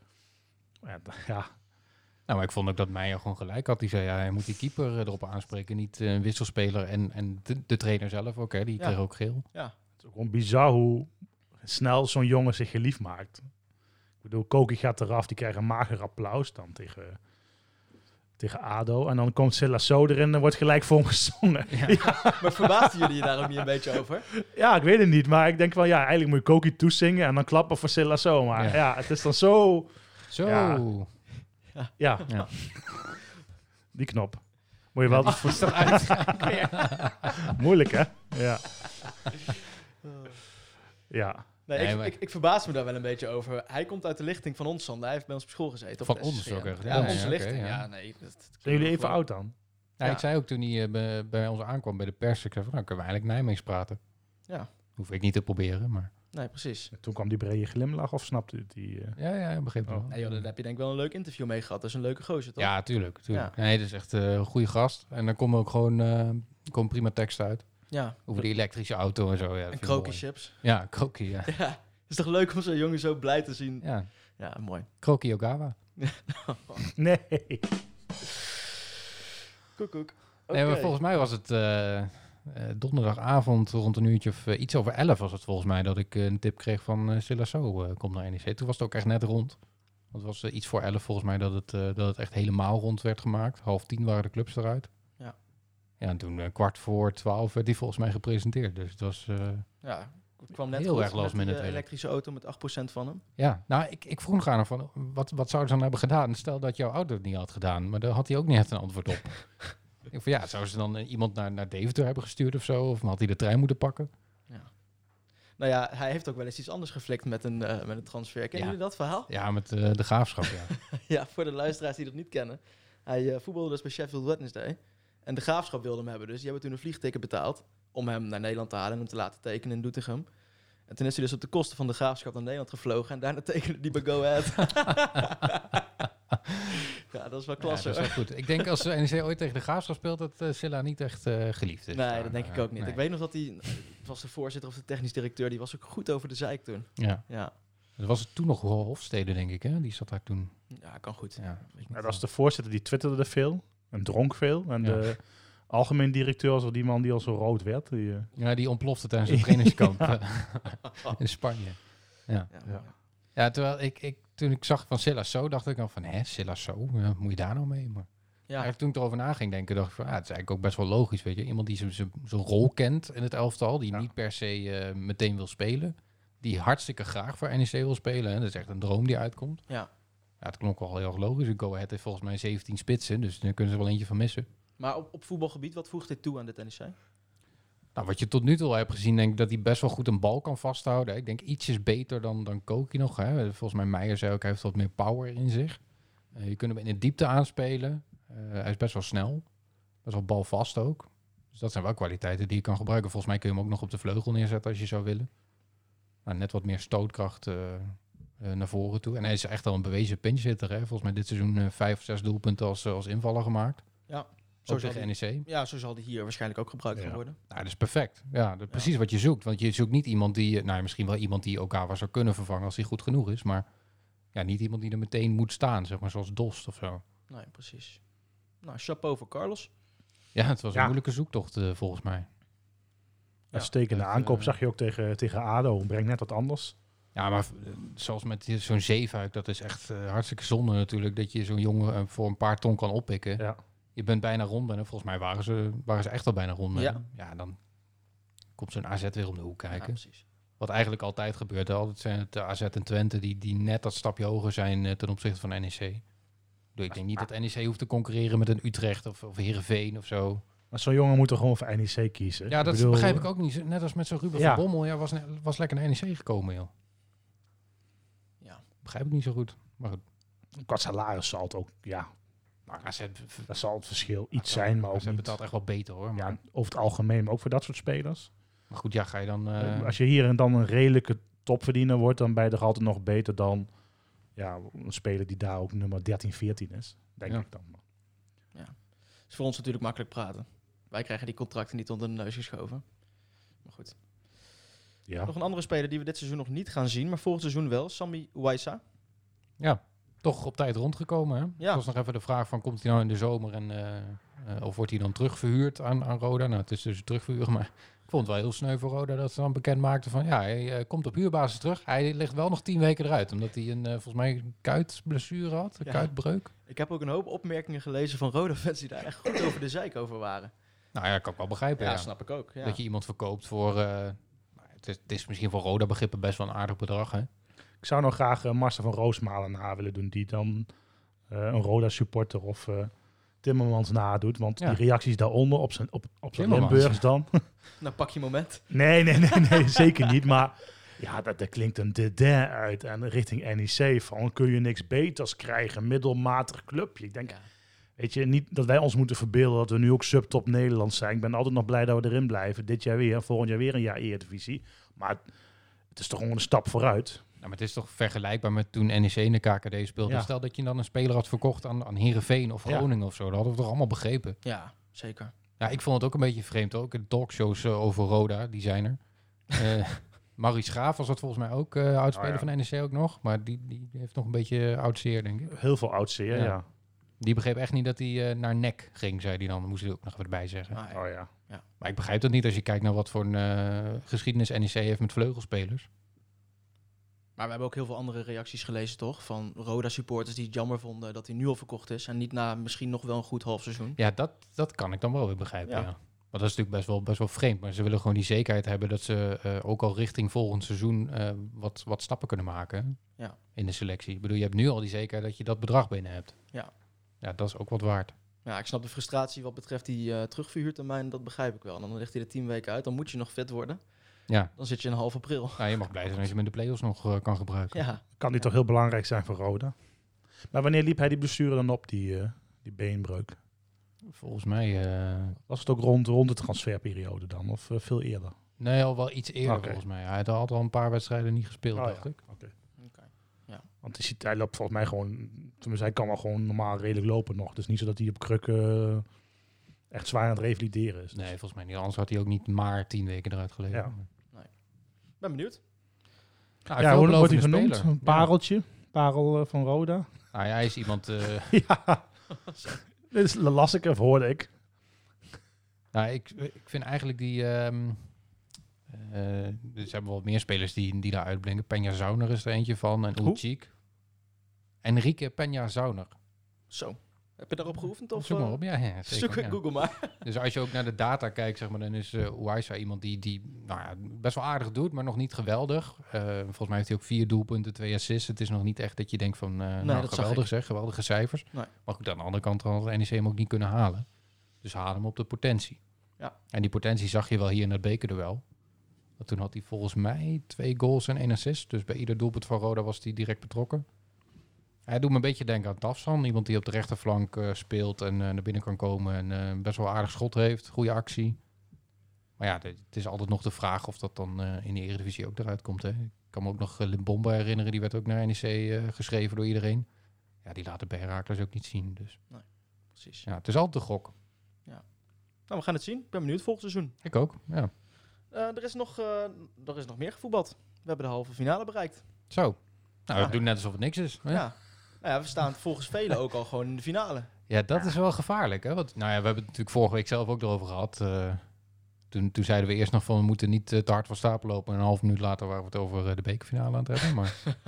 [SPEAKER 4] Ja, d- Ja,
[SPEAKER 3] Nou, maar ik vond ook dat Meijer gewoon gelijk had. Die zei, ja, hij moet die keeper eh, erop aanspreken. Niet eh, een wisselspeler en, en de, de trainer zelf ook, hè. Die
[SPEAKER 2] Ja.
[SPEAKER 3] kreeg ook geel.
[SPEAKER 4] Het is ook gewoon bizar hoe snel zo'n jongen zich geliefd maakt. Ik bedoel, Koki gaat eraf, die krijgt een mager applaus dan tegen, tegen Ado. En dan komt Silla So erin en wordt gelijk voor hem gezongen. Ja.
[SPEAKER 2] Maar verbaasden jullie je daar ook niet een beetje over?
[SPEAKER 4] ik weet het niet, maar ik denk wel, ja, eigenlijk moet je Koki toezingen en dan klappen voor Silla So. Maar
[SPEAKER 3] Ja.
[SPEAKER 4] ja. het is dan zo...
[SPEAKER 3] Zo.
[SPEAKER 4] Ja. Ja,
[SPEAKER 3] Ja.
[SPEAKER 4] die knop. Moet je wel...
[SPEAKER 3] Is dat uit?
[SPEAKER 4] Moeilijk, hè? Ja.
[SPEAKER 2] Eh,
[SPEAKER 4] Ja.
[SPEAKER 2] Nee,
[SPEAKER 3] Nee,
[SPEAKER 2] ik,
[SPEAKER 3] maar-
[SPEAKER 2] ik, ik verbaas me daar wel een beetje over. Hij komt uit de lichting van ons, Sander. Hij heeft bij ons op school gezeten.
[SPEAKER 3] Van
[SPEAKER 2] op
[SPEAKER 3] ons
[SPEAKER 2] SSGM.
[SPEAKER 3] ook echt?
[SPEAKER 2] Ja,
[SPEAKER 3] Ja,
[SPEAKER 2] onze
[SPEAKER 3] ja, oké,
[SPEAKER 2] lichting.
[SPEAKER 3] ja.
[SPEAKER 2] ja, nee. dat- dat-
[SPEAKER 4] Zijn jullie even oud dan?
[SPEAKER 3] Ja,
[SPEAKER 2] Ja.
[SPEAKER 3] Ik zei ook toen hij eh, bij, bij ons aankwam bij de pers, ik zei van, nou, kunnen we eigenlijk Nijmeegs praten.
[SPEAKER 2] Ja.
[SPEAKER 3] Hoef ik niet te proberen, maar...
[SPEAKER 2] Nee, precies.
[SPEAKER 4] Toen kwam die brede glimlach of snapte u die... eh?
[SPEAKER 3] Ja, ja, ik begreep het
[SPEAKER 4] Oh.
[SPEAKER 3] wel.
[SPEAKER 2] Nee, joh, daar heb je denk ik wel een leuk interview mee gehad. Dat is een leuke gozer, toch?
[SPEAKER 3] Ja, tuurlijk. tuurlijk. Nee, dat is echt eh, een goede gast. En dan komen ook gewoon eh, komen prima teksten uit.
[SPEAKER 2] ja.
[SPEAKER 3] Over die elektrische auto en zo. Ja, dat
[SPEAKER 2] En
[SPEAKER 3] vind ik
[SPEAKER 2] krokie
[SPEAKER 3] mooi.
[SPEAKER 2] chips.
[SPEAKER 3] Ja, Kroki, ja.
[SPEAKER 2] Ja, het is toch leuk om zo'n jongen zo blij te zien.
[SPEAKER 3] ja.
[SPEAKER 2] Ja, mooi.
[SPEAKER 3] Kroki Ogawa.
[SPEAKER 4] Nee.
[SPEAKER 2] Koek, koek.
[SPEAKER 3] Nee, maar
[SPEAKER 2] Oké.
[SPEAKER 3] volgens mij was het eh, eh, donderdagavond rond een uurtje of eh, iets over elf was het volgens mij dat ik eh, een tip kreeg van eh Silla So eh, komt naar NEC. Toen was het ook echt net rond. Want het was eh, iets voor elf volgens mij dat het, eh, dat het echt helemaal rond werd gemaakt. Half tien waren de clubs eruit.
[SPEAKER 2] Ja.
[SPEAKER 3] Ja, en toen eh, kwart voor twaalf werd die volgens mij gepresenteerd. Dus het was... eh,
[SPEAKER 2] Ja, ik kwam net
[SPEAKER 3] Heel
[SPEAKER 2] goed
[SPEAKER 3] erg last
[SPEAKER 2] met die,
[SPEAKER 3] minute
[SPEAKER 2] eh,
[SPEAKER 3] eigenlijk.
[SPEAKER 2] elektrische auto met 8% van hem.
[SPEAKER 3] ja, nou, ik, ik vroeg aan hem van, wat, wat zouden ze dan hebben gedaan? Stel dat jouw ouder het niet had gedaan, maar daar had hij ook niet echt een antwoord op. ik van, ja, zouden ze dan eh, iemand naar, naar Deventer hebben gestuurd of zo? Of had hij de trein moeten pakken?
[SPEAKER 2] Nou ja, hij heeft ook wel eens iets anders geflikt met een, eh, met een transfer. Kennen
[SPEAKER 3] Ja.
[SPEAKER 2] jullie dat verhaal?
[SPEAKER 3] Ja, met eh, de graafschap, ja.
[SPEAKER 2] ja, voor de luisteraars die dat niet kennen. Hij eh, voetbalde dus bij Sheffield Wednesday. En de graafschap wilde hem hebben. Dus die hebben toen een vliegticket betaald om hem naar Nederland te halen en hem te laten tekenen in Doetinchem. En toen is hij dus op de kosten van de graafschap naar Nederland gevlogen. En daarna tekende die bij Go Ahead. ja, dat is wel klasse.
[SPEAKER 3] Ja, dat is wel goed. Ik denk als eh, NEC ooit tegen de Graafschap speelt, dat eh, Silla niet echt eh, geliefd is.
[SPEAKER 2] nee,
[SPEAKER 3] daar.
[SPEAKER 2] dat denk ik
[SPEAKER 3] Eh,
[SPEAKER 2] ook niet.
[SPEAKER 3] nee.
[SPEAKER 2] Ik weet nog dat hij, het was de voorzitter of de technisch directeur, die was ook goed over de zeik toen.
[SPEAKER 3] Ja,
[SPEAKER 2] Ja,
[SPEAKER 3] dat was het toen nog wel Hofstede, denk ik, hè? Die zat daar toen.
[SPEAKER 2] ja kan goed.
[SPEAKER 3] Ja,
[SPEAKER 4] Nou, dat was de voorzitter die twitterde er veel en dronk veel. En
[SPEAKER 3] Ja.
[SPEAKER 4] de algemeen directeur was wel die man die al zo rood werd. Die, eh,
[SPEAKER 3] ja die ontplofte tijdens het trainingskamp eh, in Spanje.
[SPEAKER 2] Ja,
[SPEAKER 4] Ja.
[SPEAKER 2] mooi.
[SPEAKER 3] Ja, terwijl ik, ik toen ik zag van Silla So, dacht ik dan van, hè, Silla So, eh, moet je daar nou mee? Maar
[SPEAKER 2] ja.
[SPEAKER 3] eigenlijk toen ik erover na ging denken, dacht ik van, ah, het is eigenlijk ook best wel logisch, weet je. Iemand die zijn- zijn zijn rol kent in het elftal, die
[SPEAKER 4] Ja.
[SPEAKER 3] niet per se eh, meteen wil spelen, die hartstikke graag voor NEC wil spelen. Hè. Dat is echt een droom die uitkomt.
[SPEAKER 2] Ja.
[SPEAKER 3] Ja, het klonk wel heel erg logisch. Een Go Ahead heeft volgens mij 17 spitsen, dus daar kunnen ze wel eentje van missen.
[SPEAKER 2] Maar op, op voetbalgebied, wat voegt dit toe aan E dit NEC?
[SPEAKER 3] Nou, wat je tot nu toe al hebt gezien, denk ik dat hij best wel goed een bal kan vasthouden. Ik denk ietsjes beter dan, dan Koki nog. Hè. Volgens mij Meijer zei ook, hij heeft wat meer power in zich. Eh, je kunt hem in de diepte aanspelen. Eh, hij is best wel snel. Best wel balvast ook. Dus dat zijn wel kwaliteiten die je kan gebruiken. Volgens mij kun je hem ook nog op de vleugel neerzetten als je zou willen. Nou, net wat meer stootkracht eh, eh, naar voren toe. En hij is echt al een bewezen pinchhitter. Hè. Volgens mij dit seizoen eh, vijf of zes doelpunten als, eh, als invaller gemaakt.
[SPEAKER 2] Ja,
[SPEAKER 3] Zo
[SPEAKER 2] zo
[SPEAKER 3] tegen E
[SPEAKER 2] zal die-
[SPEAKER 3] NEC.
[SPEAKER 2] Ja, zo zal die hier waarschijnlijk ook gebruikt gaan
[SPEAKER 4] Ja.
[SPEAKER 2] worden.
[SPEAKER 3] Nou, dat is perfect. Ja, dat is precies wat je zoekt. Want je zoekt niet iemand die, eh, nou ja, misschien wel iemand die Okawa zou kunnen vervangen als hij goed genoeg is, maar ja, niet iemand die er meteen moet staan, zeg maar, zoals Dost of zo.
[SPEAKER 2] Nee, precies. Nou, chapeau voor Carlos.
[SPEAKER 3] Ja, het was een
[SPEAKER 4] Ja.
[SPEAKER 3] moeilijke zoektocht eh, volgens mij.
[SPEAKER 4] uitstekende
[SPEAKER 3] dat,
[SPEAKER 4] aankoop
[SPEAKER 3] eh,
[SPEAKER 4] zag je ook tegen, tegen Ado. Brengt net wat anders.
[SPEAKER 3] Ja, maar eh, zoals met die- zo'n zeefuik, dat is echt eh, hartstikke zonde natuurlijk, dat je zo'n jongen eh, voor een paar ton kan oppikken.
[SPEAKER 4] Ja.
[SPEAKER 3] Je bent bijna rond en volgens mij waren ze, waren ze echt al bijna rond. met
[SPEAKER 2] Ja.
[SPEAKER 3] hem. ja dan komt zo'n AZ weer om de hoek
[SPEAKER 2] Ja,
[SPEAKER 3] kijken.
[SPEAKER 2] precies.
[SPEAKER 3] Wat eigenlijk altijd gebeurt. hè. Altijd zijn het eh, AZ en Twente die, die net dat stapje hoger zijn eh, ten opzichte van NEC. Ik bedoel, Ik denk niet dat NEC hoeft te concurreren met een Utrecht of, of Heerenveen of zo.
[SPEAKER 4] Maar zo'n jongen moet er gewoon voor NEC kiezen.
[SPEAKER 3] Ja, dat
[SPEAKER 4] bedoel, eh,
[SPEAKER 3] begrijp ik ook niet. Net als met zo'n Ruben
[SPEAKER 4] Ja.
[SPEAKER 3] van Bommel. Ja, was, ne- was lekker naar NEC gekomen, joh.
[SPEAKER 2] Ja.
[SPEAKER 3] Begrijp ik niet zo goed. Maar goed.
[SPEAKER 4] Qua salaris zal het ook, ja.
[SPEAKER 3] Maar AZ,
[SPEAKER 4] Dat zal het verschil iets zijn, maar ook
[SPEAKER 3] AZ
[SPEAKER 4] niet.
[SPEAKER 3] betaalt echt wel beter hoor. Maar,
[SPEAKER 4] Ja, over het algemeen, maar ook voor dat soort spelers.
[SPEAKER 3] maar goed, ja, ga je dan... eh,
[SPEAKER 4] Als je hier en dan een redelijke topverdiener wordt, dan ben je er altijd nog beter dan ja, een speler die daar ook nummer 13, 14 is. Denk
[SPEAKER 3] Ja.
[SPEAKER 4] ik dan.
[SPEAKER 2] is voor ons natuurlijk makkelijk praten. Wij krijgen die contracten niet onder de neus geschoven. Maar goed.
[SPEAKER 4] Ja.
[SPEAKER 2] Nog een andere speler die we dit seizoen nog niet gaan zien, maar vorig seizoen wel. Sammy Waisa.
[SPEAKER 3] Ja, toch op tijd rondgekomen. Hè?
[SPEAKER 2] Ja.
[SPEAKER 3] Het was nog even de vraag van, komt hij nou in de zomer en, eh, eh, of wordt hij dan terugverhuurd aan, aan Roda? Nou, het is dus terugverhuur, maar ik vond het wel heel sneu voor Roda dat ze dan bekend maakten van, ja, hij eh, komt op huurbasis terug. Hij ligt wel nog tien weken eruit, omdat hij een, eh, volgens mij een kuitblessure had, een
[SPEAKER 2] Ja.
[SPEAKER 3] kuitbreuk.
[SPEAKER 2] Ik heb ook een hoop opmerkingen gelezen van Roda fans die daar echt goed over de zeik over waren.
[SPEAKER 3] Nou ja, kan ik wel begrijpen. ja.
[SPEAKER 2] snap ik ook. Ja.
[SPEAKER 3] Dat je iemand verkoopt voor, eh, nou, het, is, het is misschien voor Roda begrippen best wel een aardig bedrag, hè?
[SPEAKER 4] Ik zou nog graag eh, Marcel van Roosmalen na willen doen, die dan eh, een Roda supporter of eh, Timmermans nadoet. Want
[SPEAKER 3] Ja.
[SPEAKER 4] die reacties daaronder op zijn, op, op zijn
[SPEAKER 3] Timmermans.
[SPEAKER 4] Limburgs dan.
[SPEAKER 2] Nou, pak je moment.
[SPEAKER 4] nee, nee, nee, nee, zeker niet. Maar ja, dat, dat klinkt een dédain uit. En richting NEC van kun je niks beters krijgen. Middelmatig clubje. Ik denk,
[SPEAKER 2] Ja.
[SPEAKER 4] weet je, niet dat wij ons moeten verbeelden dat we nu ook subtop Nederland zijn. Ik ben altijd nog blij dat we erin blijven. Dit jaar weer, volgend jaar weer een jaar Eredivisie. Maar het is toch gewoon een stap vooruit.
[SPEAKER 3] Nou, maar het is toch vergelijkbaar met toen NEC in de KKD speelde.
[SPEAKER 4] Ja.
[SPEAKER 3] Stel dat je dan een speler had verkocht aan, aan Heerenveen of
[SPEAKER 4] Ja.
[SPEAKER 3] Groningen of zo. Dat hadden we toch allemaal begrepen.
[SPEAKER 2] Ja, zeker.
[SPEAKER 3] Ja, ik vond het ook een beetje vreemd. Ook de talkshows eh, over Roda, die zijn er. Eh Marie Schaaf was dat volgens mij ook, eh oudspeler
[SPEAKER 4] Oh, ja.
[SPEAKER 3] van NEC ook nog. Maar die, die heeft nog een beetje eh, oud zeer, denk ik.
[SPEAKER 4] Heel veel oudseer,
[SPEAKER 3] Ja.
[SPEAKER 4] ja.
[SPEAKER 3] Die begreep echt niet dat hij eh, naar nek ging, zei hij dan. Moest hij ook nog even erbij zeggen.
[SPEAKER 2] Maar,
[SPEAKER 4] Oh ja.
[SPEAKER 3] Maar ik begrijp dat niet als je kijkt naar wat voor een eh, geschiedenis NEC heeft met vleugelspelers.
[SPEAKER 2] maar we hebben ook heel veel andere reacties gelezen, toch? Van Roda supporters die het jammer vonden dat hij nu al verkocht is. En niet na misschien nog wel een goed half seizoen.
[SPEAKER 3] Ja, dat, dat kan ik dan wel weer begrijpen. Ja.
[SPEAKER 2] Ja.
[SPEAKER 3] Want dat is natuurlijk best wel, best wel vreemd. Maar ze willen gewoon die zekerheid hebben dat ze eh, ook al richting volgend seizoen eh, wat, wat stappen kunnen maken
[SPEAKER 2] Ja.
[SPEAKER 3] in de selectie. Ik bedoel, je hebt nu al die zekerheid dat je dat bedrag binnen hebt.
[SPEAKER 2] Ja.
[SPEAKER 3] Ja, dat is ook wat waard.
[SPEAKER 2] Ja, ik snap de frustratie wat betreft die eh terugverhuurtermijn. Dat begrijp ik wel. En dan ligt hij er tien weken uit. Dan moet je nog vet worden.
[SPEAKER 3] Ja,
[SPEAKER 2] Dan zit je in half april.
[SPEAKER 3] nou, je mag blij zijn als je hem in de play-offs nog eh, kan gebruiken.
[SPEAKER 2] Ja.
[SPEAKER 4] Kan dit toch heel belangrijk zijn voor Roda? Maar wanneer liep hij die blessure dan op, die, eh, die beenbreuk?
[SPEAKER 3] Volgens mij, eh,
[SPEAKER 4] Was het ook rond, rond de transferperiode dan, of eh, veel eerder?
[SPEAKER 3] nee, al wel iets eerder
[SPEAKER 4] Oké.
[SPEAKER 3] volgens mij. Hij had al een paar wedstrijden niet gespeeld,
[SPEAKER 4] Oh,
[SPEAKER 3] dacht
[SPEAKER 4] ja.
[SPEAKER 3] ik.
[SPEAKER 4] Want hij, ziet, hij loopt volgens mij gewoon... Tenminste, hij kan wel gewoon normaal redelijk lopen nog. Dus niet zo dat hij op krukken eh, echt zwaar aan het revalideren is.
[SPEAKER 3] Dus Nee, volgens mij niet. Anders had hij ook niet maar tien weken eruit gelegen.
[SPEAKER 4] Ja.
[SPEAKER 2] Ben benieuwd.
[SPEAKER 3] Nou,
[SPEAKER 4] Ja, hoe
[SPEAKER 3] veelbelovende
[SPEAKER 4] wordt hij genoemd?
[SPEAKER 3] speler.
[SPEAKER 4] Een pareltje? Parel eh, van Roda?
[SPEAKER 3] Ja. Nou, ja, hij is iemand... eh,
[SPEAKER 4] ja. Dit is- las ik of hoorde ik.
[SPEAKER 3] Nou, ik, ik vind eigenlijk die. ehm eh, er zijn wel wat meer spelers die, die daar uitblinken. Peña Zauner is er eentje van. En
[SPEAKER 4] Hoe?
[SPEAKER 3] Uchik. Enrique Peña Zauner.
[SPEAKER 2] Zo. Heb je daarop geoefend? Of,
[SPEAKER 3] Zoek maar
[SPEAKER 2] eh,
[SPEAKER 3] op. Ja, ja,
[SPEAKER 2] Zoek
[SPEAKER 3] zeker,
[SPEAKER 2] in
[SPEAKER 3] ja.
[SPEAKER 2] Google maar.
[SPEAKER 3] Dus als je ook naar de data kijkt, zeg maar, dan is eh Ouaissa iemand die, die nou ja, best wel aardig doet, maar nog niet geweldig. Eh, volgens mij heeft hij ook vier doelpunten, twee assists. Het is nog niet echt dat je denkt van, eh nou,
[SPEAKER 2] dat zag
[SPEAKER 3] geweldig
[SPEAKER 2] ik.
[SPEAKER 3] zeg, geweldige cijfers.
[SPEAKER 2] Nee.
[SPEAKER 3] Maar goed, aan de andere kant had het NEC hem ook niet kunnen halen. Dus haal hem op de potentie.
[SPEAKER 2] Ja.
[SPEAKER 3] En die potentie zag je wel hier in dat bekerduel. Want toen had hij volgens mij twee goals en één assist. Dus bij ieder doelpunt van Roda was hij direct betrokken. Hij doet me een beetje denken aan Tafsan. Iemand die op de rechterflank eh, speelt en eh, naar binnen kan komen. En eh, best wel aardig schot heeft. Goede actie. Maar ja, dit- het is altijd nog de vraag of dat dan eh, in de Eredivisie ook eruit komt. Hè? Ik kan me ook nog eh, Limbomba herinneren. Die werd ook naar NEC eh, geschreven door iedereen. Ja, die laat het bij Heracles ook niet zien. Dus
[SPEAKER 2] Precies.
[SPEAKER 3] ja, het is altijd een gok.
[SPEAKER 2] Nou, we gaan het zien. Ik ben benieuwd volgend seizoen.
[SPEAKER 3] Ik ook, ja.
[SPEAKER 2] Eh, er, is nog, eh, er is nog meer gevoetbald. We hebben de halve finale bereikt.
[SPEAKER 3] Zo. Nou,
[SPEAKER 2] Ja.
[SPEAKER 3] we doen net alsof het niks is. hè?
[SPEAKER 2] Ja. Nou ja, we staan volgens velen ook al gewoon in de finale.
[SPEAKER 3] Ja, dat is wel gevaarlijk. Hè? Want, nou ja, we hebben het natuurlijk vorige week zelf ook erover gehad. Eh, toen, toen zeiden we eerst nog van we moeten niet eh, te hard van stapel lopen. En een half minuut later waren we het over eh, de bekerfinale aan het hebben. Maar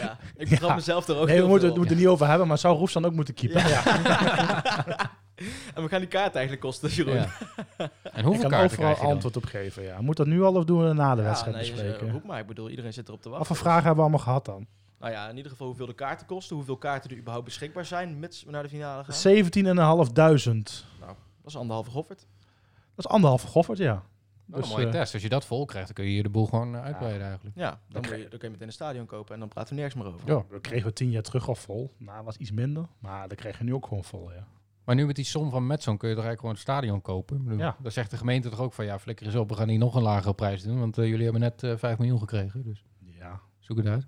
[SPEAKER 2] Ja, ik betrap
[SPEAKER 4] Ja.
[SPEAKER 2] mezelf er ook
[SPEAKER 4] Nee,
[SPEAKER 2] heel
[SPEAKER 4] we moeten
[SPEAKER 2] veel
[SPEAKER 4] het er niet over hebben, maar zou Roefs dan ook moeten keeper?
[SPEAKER 2] Ja. en we gaan die kaart eigenlijk kosten, Jeroen.
[SPEAKER 3] ja. En
[SPEAKER 4] Ik
[SPEAKER 3] hoeveel kaarten
[SPEAKER 4] kan overal
[SPEAKER 3] krijg je dan?
[SPEAKER 4] antwoord op geven, ja. Moet dat nu al of doen we dat na de
[SPEAKER 2] Ja,
[SPEAKER 4] wedstrijd
[SPEAKER 2] nee, dus, eh,
[SPEAKER 4] bespreken?
[SPEAKER 2] roep maar. Ik bedoel, iedereen zit erop te
[SPEAKER 4] Wat
[SPEAKER 2] wachten.
[SPEAKER 4] voor vragen hebben we allemaal gehad dan?
[SPEAKER 2] Nou ja, in ieder geval hoeveel de kaarten kosten, hoeveel kaarten er überhaupt beschikbaar zijn, mits we naar de finale gaan.
[SPEAKER 4] 17.500.
[SPEAKER 2] Dat is anderhalve goffert.
[SPEAKER 4] Dat is anderhalf goffert, ja.
[SPEAKER 3] Dat is
[SPEAKER 4] Dus,
[SPEAKER 3] een mooie
[SPEAKER 4] eh,
[SPEAKER 3] test. Als je dat vol krijgt, dan kun je hier de boel gewoon eh, uitbreiden eigenlijk.
[SPEAKER 2] Ja, dan,
[SPEAKER 4] Dan
[SPEAKER 2] moet
[SPEAKER 4] kun
[SPEAKER 2] je, dan kun je meteen een stadion kopen en dan praten we nergens meer over.
[SPEAKER 3] Ja.
[SPEAKER 4] We kregen we tien jaar terug al vol. Nou, was iets minder. Maar dat kregen we nu ook gewoon vol, ja.
[SPEAKER 3] Maar nu met die som van Metson kun je toch eigenlijk gewoon het stadion kopen? Ik bedoel,
[SPEAKER 4] Ja.
[SPEAKER 3] Daar zegt de gemeente toch ook van, ja, flikker eens op, we gaan hier nog een lagere prijs doen. Want eh, jullie hebben net eh 5 miljoen gekregen, dus
[SPEAKER 4] Ja.
[SPEAKER 3] zoek het uit.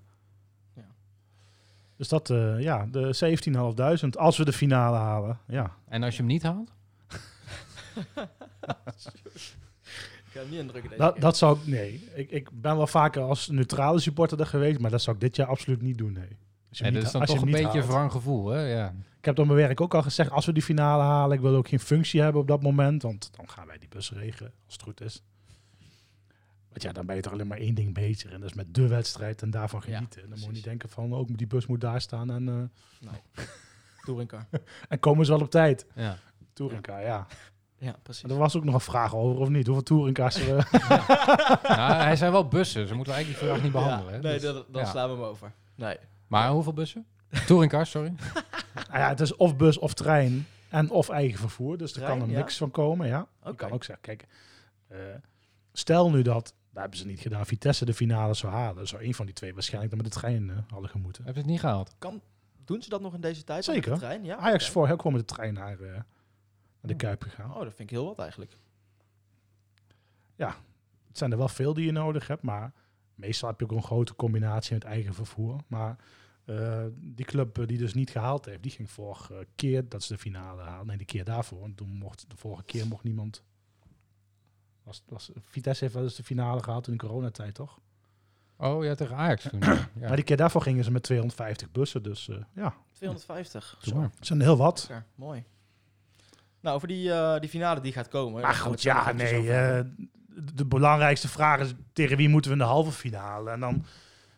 [SPEAKER 4] Dus dat, eh, ja, de 17.500 als we de finale halen. Ja,
[SPEAKER 3] En als je hem niet haalt?
[SPEAKER 2] Ik ga hem niet indrukken deze
[SPEAKER 4] dat,
[SPEAKER 2] keer.
[SPEAKER 4] dat zou ik, nee. Ik, ik ben wel vaker als neutrale supporter er geweest, maar dat zou ik dit jaar absoluut niet doen, nee. Als je
[SPEAKER 3] Ja, dat
[SPEAKER 4] hem niet-
[SPEAKER 3] is dan
[SPEAKER 4] als je
[SPEAKER 3] toch een
[SPEAKER 4] hem
[SPEAKER 3] beetje
[SPEAKER 4] niet
[SPEAKER 3] een
[SPEAKER 4] haalt.
[SPEAKER 3] wrang gevoel, hè? Ja.
[SPEAKER 4] Ik heb dan mijn werk ook al gezegd, als we die finale halen, ik wil ook geen functie hebben op dat moment, want dan gaan wij die bus regelen, als het goed is. Want ja, dan ben je toch alleen maar één ding bezig en dat is met de wedstrijd en daarvan
[SPEAKER 2] Ja,
[SPEAKER 4] genieten. dan moet je
[SPEAKER 2] precies.
[SPEAKER 4] niet denken van, ook die bus moet daar staan en, eh,
[SPEAKER 2] Touringcar.
[SPEAKER 4] en komen ze wel op tijd.
[SPEAKER 3] ja.
[SPEAKER 4] Touringcar, ja.
[SPEAKER 2] Ja,
[SPEAKER 4] En
[SPEAKER 2] precies.
[SPEAKER 4] er was ook nog een vraag over, of niet? Hoeveel touringcars er... eh,
[SPEAKER 3] Nou, hij zijn wel bussen, ze moeten we eigenlijk die vraag niet
[SPEAKER 2] Ja,
[SPEAKER 3] behandelen. hè?
[SPEAKER 2] nee,
[SPEAKER 3] Dus-
[SPEAKER 2] dat, dan
[SPEAKER 3] ja.
[SPEAKER 2] slaan we hem over. Nee.
[SPEAKER 3] Maar hoeveel bussen? Touringcars, sorry.
[SPEAKER 4] Nou ja, het is of bus of trein en of eigen vervoer. Dus er
[SPEAKER 2] Trein,
[SPEAKER 4] kan er
[SPEAKER 2] ja.
[SPEAKER 4] niks van komen, ja.
[SPEAKER 2] Oké.
[SPEAKER 4] Ik kan ook zeggen, kijk, eh, stel nu dat, daar hebben ze niet gedaan, Vitesse de finale zou halen. Zou een van die twee waarschijnlijk dan met de trein eh, hadden gemoeten.
[SPEAKER 3] Heb je het niet gehaald?
[SPEAKER 2] Doen ze dat nog in deze tijd?
[SPEAKER 4] Zeker.
[SPEAKER 2] Op de trein? Ja,
[SPEAKER 4] Ajax
[SPEAKER 2] oké.
[SPEAKER 4] vorig jaar ook gewoon met de trein naar, eh, naar de Kuip gegaan.
[SPEAKER 2] Oh, dat vind ik heel wat eigenlijk.
[SPEAKER 4] Het zijn er wel veel die je nodig hebt, maar meestal heb je ook een grote combinatie met eigen vervoer. Maar eh, die club eh, die dus niet gehaald heeft, die ging vorige keer dat ze de finale haalden. Nee, die keer daarvoor. Want toen mocht de vorige keer mocht niemand. Was, was, Vitesse heeft wel eens de finale gehaald in de coronatijd, toch?
[SPEAKER 3] Oh, ja, tegen Ajax toen. Ja,
[SPEAKER 4] Maar die keer daarvoor gingen ze met 250 bussen. Dus eh, ja,
[SPEAKER 2] 250.
[SPEAKER 3] Doe maar.
[SPEAKER 4] het zijn heel wat.
[SPEAKER 2] Lekker, mooi. Nou, over die, eh, die finale die gaat komen.
[SPEAKER 4] Maar
[SPEAKER 2] daar gaan we
[SPEAKER 4] goed,
[SPEAKER 2] het zo nog
[SPEAKER 4] ja,
[SPEAKER 2] eventjes
[SPEAKER 4] nee.
[SPEAKER 2] over hebben.
[SPEAKER 4] eh, de belangrijkste vraag is tegen wie moeten we in de halve finale? En dan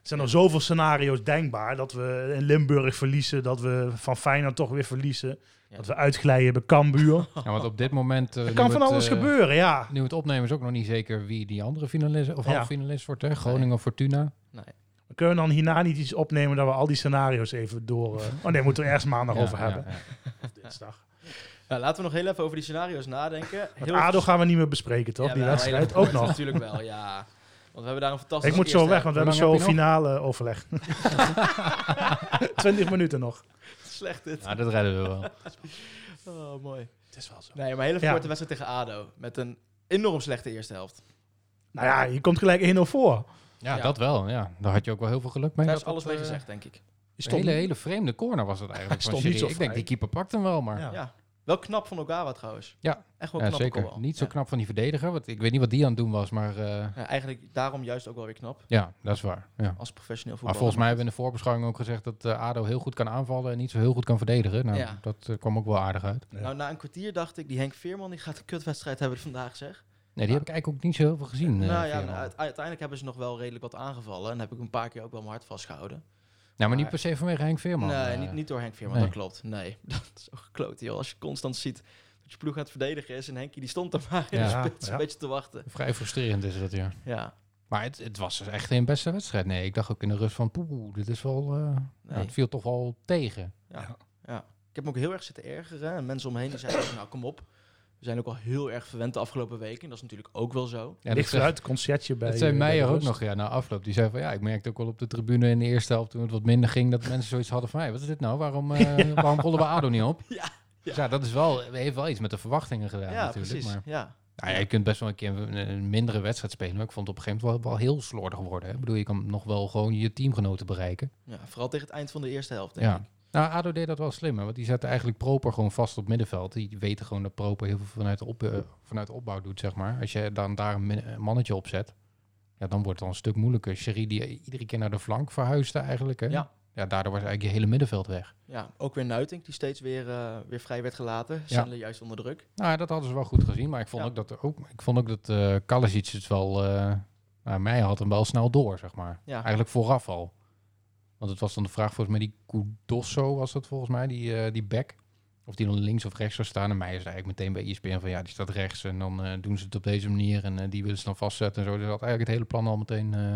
[SPEAKER 4] zijn er zoveel scenario's denkbaar dat we in Limburg verliezen, dat we van Feyenoord toch weer verliezen,
[SPEAKER 2] Ja.
[SPEAKER 4] dat we uitglijden bij Cambuur.
[SPEAKER 3] Ja, want op dit moment... eh,
[SPEAKER 4] Er
[SPEAKER 3] nu
[SPEAKER 4] kan van
[SPEAKER 3] het,
[SPEAKER 4] alles
[SPEAKER 3] eh,
[SPEAKER 4] gebeuren, ja.
[SPEAKER 3] Nu het opnemen is ook nog niet zeker wie die andere finalist of
[SPEAKER 4] Ja.
[SPEAKER 3] halffinalist wordt. Hè? Groningen of Fortuna.
[SPEAKER 4] We kunnen dan hierna niet iets opnemen dat we al die scenario's even door... eh, oh nee, moeten we ergens maandag
[SPEAKER 3] Ja,
[SPEAKER 4] over
[SPEAKER 3] ja,
[SPEAKER 4] hebben.
[SPEAKER 3] ja.
[SPEAKER 4] Of dinsdag.
[SPEAKER 2] Nou, laten we nog heel even over die scenario's nadenken.
[SPEAKER 4] Want
[SPEAKER 2] Heel
[SPEAKER 4] ADO gaan we niet meer bespreken, toch? die
[SPEAKER 2] Jawel,
[SPEAKER 4] wedstrijd
[SPEAKER 2] heel
[SPEAKER 4] ook
[SPEAKER 2] goed.
[SPEAKER 4] nog.
[SPEAKER 2] Natuurlijk wel, ja. Want we hebben daar een fantastische
[SPEAKER 4] Ik moet zo
[SPEAKER 2] eerste-
[SPEAKER 4] weg, want we
[SPEAKER 3] Hoe
[SPEAKER 4] hebben
[SPEAKER 3] lang
[SPEAKER 4] zo
[SPEAKER 3] heb je
[SPEAKER 4] finale overleg. 20 minuten nog.
[SPEAKER 2] Slecht dit.
[SPEAKER 3] Nou, dat redden we wel.
[SPEAKER 2] Oh, mooi.
[SPEAKER 4] Het is wel zo.
[SPEAKER 2] Nee, maar een hele
[SPEAKER 4] Ja.
[SPEAKER 2] korte wedstrijd tegen ADO. Met een enorm slechte eerste helft.
[SPEAKER 4] Nou ja, je komt gelijk 1-0 voor.
[SPEAKER 3] Ja,
[SPEAKER 2] Ja.
[SPEAKER 3] dat wel. Ja. Daar had je ook wel heel veel geluk mee.
[SPEAKER 2] Daar
[SPEAKER 3] Dat
[SPEAKER 2] is alles
[SPEAKER 3] dat,
[SPEAKER 2] mee
[SPEAKER 3] eh,
[SPEAKER 2] gezegd, denk ik.
[SPEAKER 4] Je
[SPEAKER 3] Een hele, hele vreemde corner was dat eigenlijk.
[SPEAKER 4] Hij
[SPEAKER 3] van
[SPEAKER 4] stond niet
[SPEAKER 3] Serie.
[SPEAKER 4] zo
[SPEAKER 3] Ik denk,
[SPEAKER 4] vrij.
[SPEAKER 3] die keeper pakt hem wel, maar...
[SPEAKER 4] Ja.
[SPEAKER 2] Ja. Wel knap van Ogawa trouwens.
[SPEAKER 3] Ja.
[SPEAKER 2] Echt wel
[SPEAKER 3] Ja,
[SPEAKER 2] knap.
[SPEAKER 3] zeker. Niet zo knap van die verdediger. Want ik weet niet wat die aan het doen was, maar... eh,
[SPEAKER 2] Ja, eigenlijk daarom juist ook wel weer knap.
[SPEAKER 3] ja, dat is waar. Ja.
[SPEAKER 2] Als professioneel
[SPEAKER 3] Maar
[SPEAKER 2] voetballer.
[SPEAKER 3] volgens mij hebben we in de voorbeschouwing ook gezegd dat eh, ADO heel goed kan aanvallen en niet zo heel goed kan verdedigen. Nou,
[SPEAKER 2] Ja.
[SPEAKER 3] dat eh, kwam ook wel aardig uit.
[SPEAKER 4] Ja.
[SPEAKER 2] Nou, na een kwartier dacht ik, die Henk Veerman die gaat een kutwedstrijd hebben vandaag, zeg.
[SPEAKER 3] Nee, die heb ik eigenlijk ook niet zo heel veel gezien. eh,
[SPEAKER 2] nou ja,
[SPEAKER 3] Veerman.
[SPEAKER 2] nou, uite- uiteindelijk hebben ze nog wel redelijk wat aangevallen. En heb ik een paar keer ook wel mijn hart vastgehouden.
[SPEAKER 3] Nou, maar niet
[SPEAKER 2] maar-
[SPEAKER 3] per se vanwege Henk Veerman.
[SPEAKER 2] nee,
[SPEAKER 3] eh.
[SPEAKER 2] niet, niet door Henk Veerman,
[SPEAKER 3] nee.
[SPEAKER 2] dat klopt. Nee, dat is ook gekloot, joh. Als je constant ziet dat je ploeg aan het verdedigen is... en Henkie die stond er maar in
[SPEAKER 4] Ja,
[SPEAKER 2] de spits
[SPEAKER 4] ja.
[SPEAKER 2] een beetje te wachten.
[SPEAKER 3] Vrij frustrerend is dat, ja.
[SPEAKER 2] Ja,
[SPEAKER 3] Maar het, het was dus echt geen beste wedstrijd. Nee, ik dacht ook in de rust van, poeh, dit is wel... eh, nou,
[SPEAKER 2] nee.
[SPEAKER 3] het viel toch wel tegen.
[SPEAKER 2] Ik heb me ook heel erg zitten ergeren. En mensen omheen die zeiden, nou kom op. We zijn ook al heel erg verwend de afgelopen weken. En dat is natuurlijk ook wel zo.
[SPEAKER 3] Ja,
[SPEAKER 4] Ligt
[SPEAKER 3] dat,
[SPEAKER 4] eruit, concertje bij.
[SPEAKER 3] dat zei
[SPEAKER 4] eh, bij
[SPEAKER 3] Meijer
[SPEAKER 4] de
[SPEAKER 3] ook
[SPEAKER 4] rust.
[SPEAKER 3] nog ja, na afloop. Die zei van, ja, ik merkte ook wel op de tribune in de eerste helft... toen het wat minder ging, dat mensen zoiets hadden van... hé, wat is dit nou? Waarom, eh waarom rollen we ADO niet op?
[SPEAKER 2] Ja,
[SPEAKER 3] Dus ja, dat is wel, heeft wel iets met de verwachtingen gedaan
[SPEAKER 2] Ja,
[SPEAKER 3] natuurlijk.
[SPEAKER 2] precies.
[SPEAKER 3] Maar,
[SPEAKER 2] Ja.
[SPEAKER 3] nou ja, je kunt best wel een keer een, een mindere wedstrijd spelen... maar ik vond het op een gegeven moment wel, wel heel slordig worden. Hè. Ik bedoel, je kan nog wel gewoon je teamgenoten bereiken.
[SPEAKER 2] ja, vooral tegen het eind van de eerste helft, denk
[SPEAKER 3] Ja.
[SPEAKER 2] ik.
[SPEAKER 3] Nou, ADO deed dat wel slim, hè, want die zetten eigenlijk Proper gewoon vast op middenveld. Die weten gewoon dat Proper heel veel vanuit de, op, eh, vanuit de opbouw doet, zeg maar. Als je dan daar een min- een mannetje op zet, ja, dan wordt het al een stuk moeilijker. Sherry die iedere keer naar de flank verhuisde eigenlijk, hè.
[SPEAKER 2] Ja.
[SPEAKER 3] ja, daardoor was eigenlijk je hele middenveld weg.
[SPEAKER 2] Ja, ook weer Nuitink, die steeds weer, eh, weer vrij werd gelaten. Sandler juist onder druk.
[SPEAKER 3] Nou, ja, dat hadden ze wel goed gezien, maar ik vond
[SPEAKER 2] Ja.
[SPEAKER 3] ook dat, er ook, ik vond ook dat eh Kalasic het wel... eh nou, mij had hem wel snel door, zeg maar.
[SPEAKER 2] Ja.
[SPEAKER 3] Eigenlijk vooraf al. Want het was dan de vraag volgens mij, die Kudosso was dat volgens mij, die, eh die back. Of die dan links of rechts zou staan. En mij is eigenlijk meteen bij E ESPN van ja, die staat rechts. En dan eh, doen ze het op deze manier. En eh, die willen ze dan vastzetten en zo. Dus dat had eigenlijk het hele plan al meteen eh,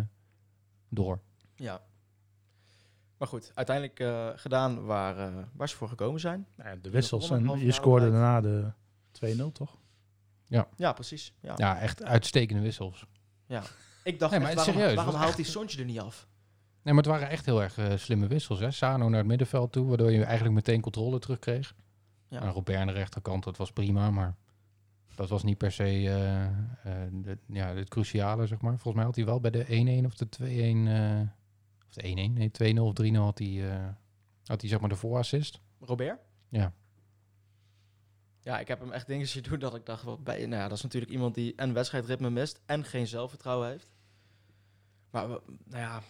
[SPEAKER 3] door.
[SPEAKER 2] Ja. Maar goed, uiteindelijk eh, gedaan waar, eh, waar ze voor gekomen zijn.
[SPEAKER 4] Nou ja, de wissels.
[SPEAKER 2] Nog
[SPEAKER 4] En
[SPEAKER 2] anderhalf
[SPEAKER 4] je
[SPEAKER 2] jaar
[SPEAKER 4] scoorde
[SPEAKER 2] tijd.
[SPEAKER 4] daarna de 2-0, toch?
[SPEAKER 3] Ja.
[SPEAKER 2] ja precies. Ja.
[SPEAKER 3] Ja, echt uitstekende wissels.
[SPEAKER 2] Ik dacht,
[SPEAKER 3] Nee,
[SPEAKER 2] echt,
[SPEAKER 3] maar het is
[SPEAKER 2] waarom,
[SPEAKER 3] serieus,
[SPEAKER 2] waarom
[SPEAKER 3] het
[SPEAKER 2] haalt
[SPEAKER 3] was
[SPEAKER 2] die Sontje er niet af?
[SPEAKER 3] Nee, maar het waren echt heel erg eh, slimme wissels. Hè? Sano naar het middenveld toe, waardoor je eigenlijk meteen controle terugkreeg.
[SPEAKER 2] Ja.
[SPEAKER 3] Ja. En Robert aan de rechterkant, dat was prima, maar dat was niet per se eh, eh, de- ja, het cruciale, zeg maar. Volgens mij had hij wel bij de 1-1 of de 2-1, eh, of de 1-1, nee, 2-0 of 3-0 had hij, eh, had hij zeg maar de voorassist.
[SPEAKER 2] Robert?
[SPEAKER 3] Ja.
[SPEAKER 2] Ja, ik heb hem echt dingen zien doen dat ik dacht, wat bij, nou ja, dat is natuurlijk iemand die en wedstrijdritme mist en geen zelfvertrouwen heeft. Maar we- nou ja,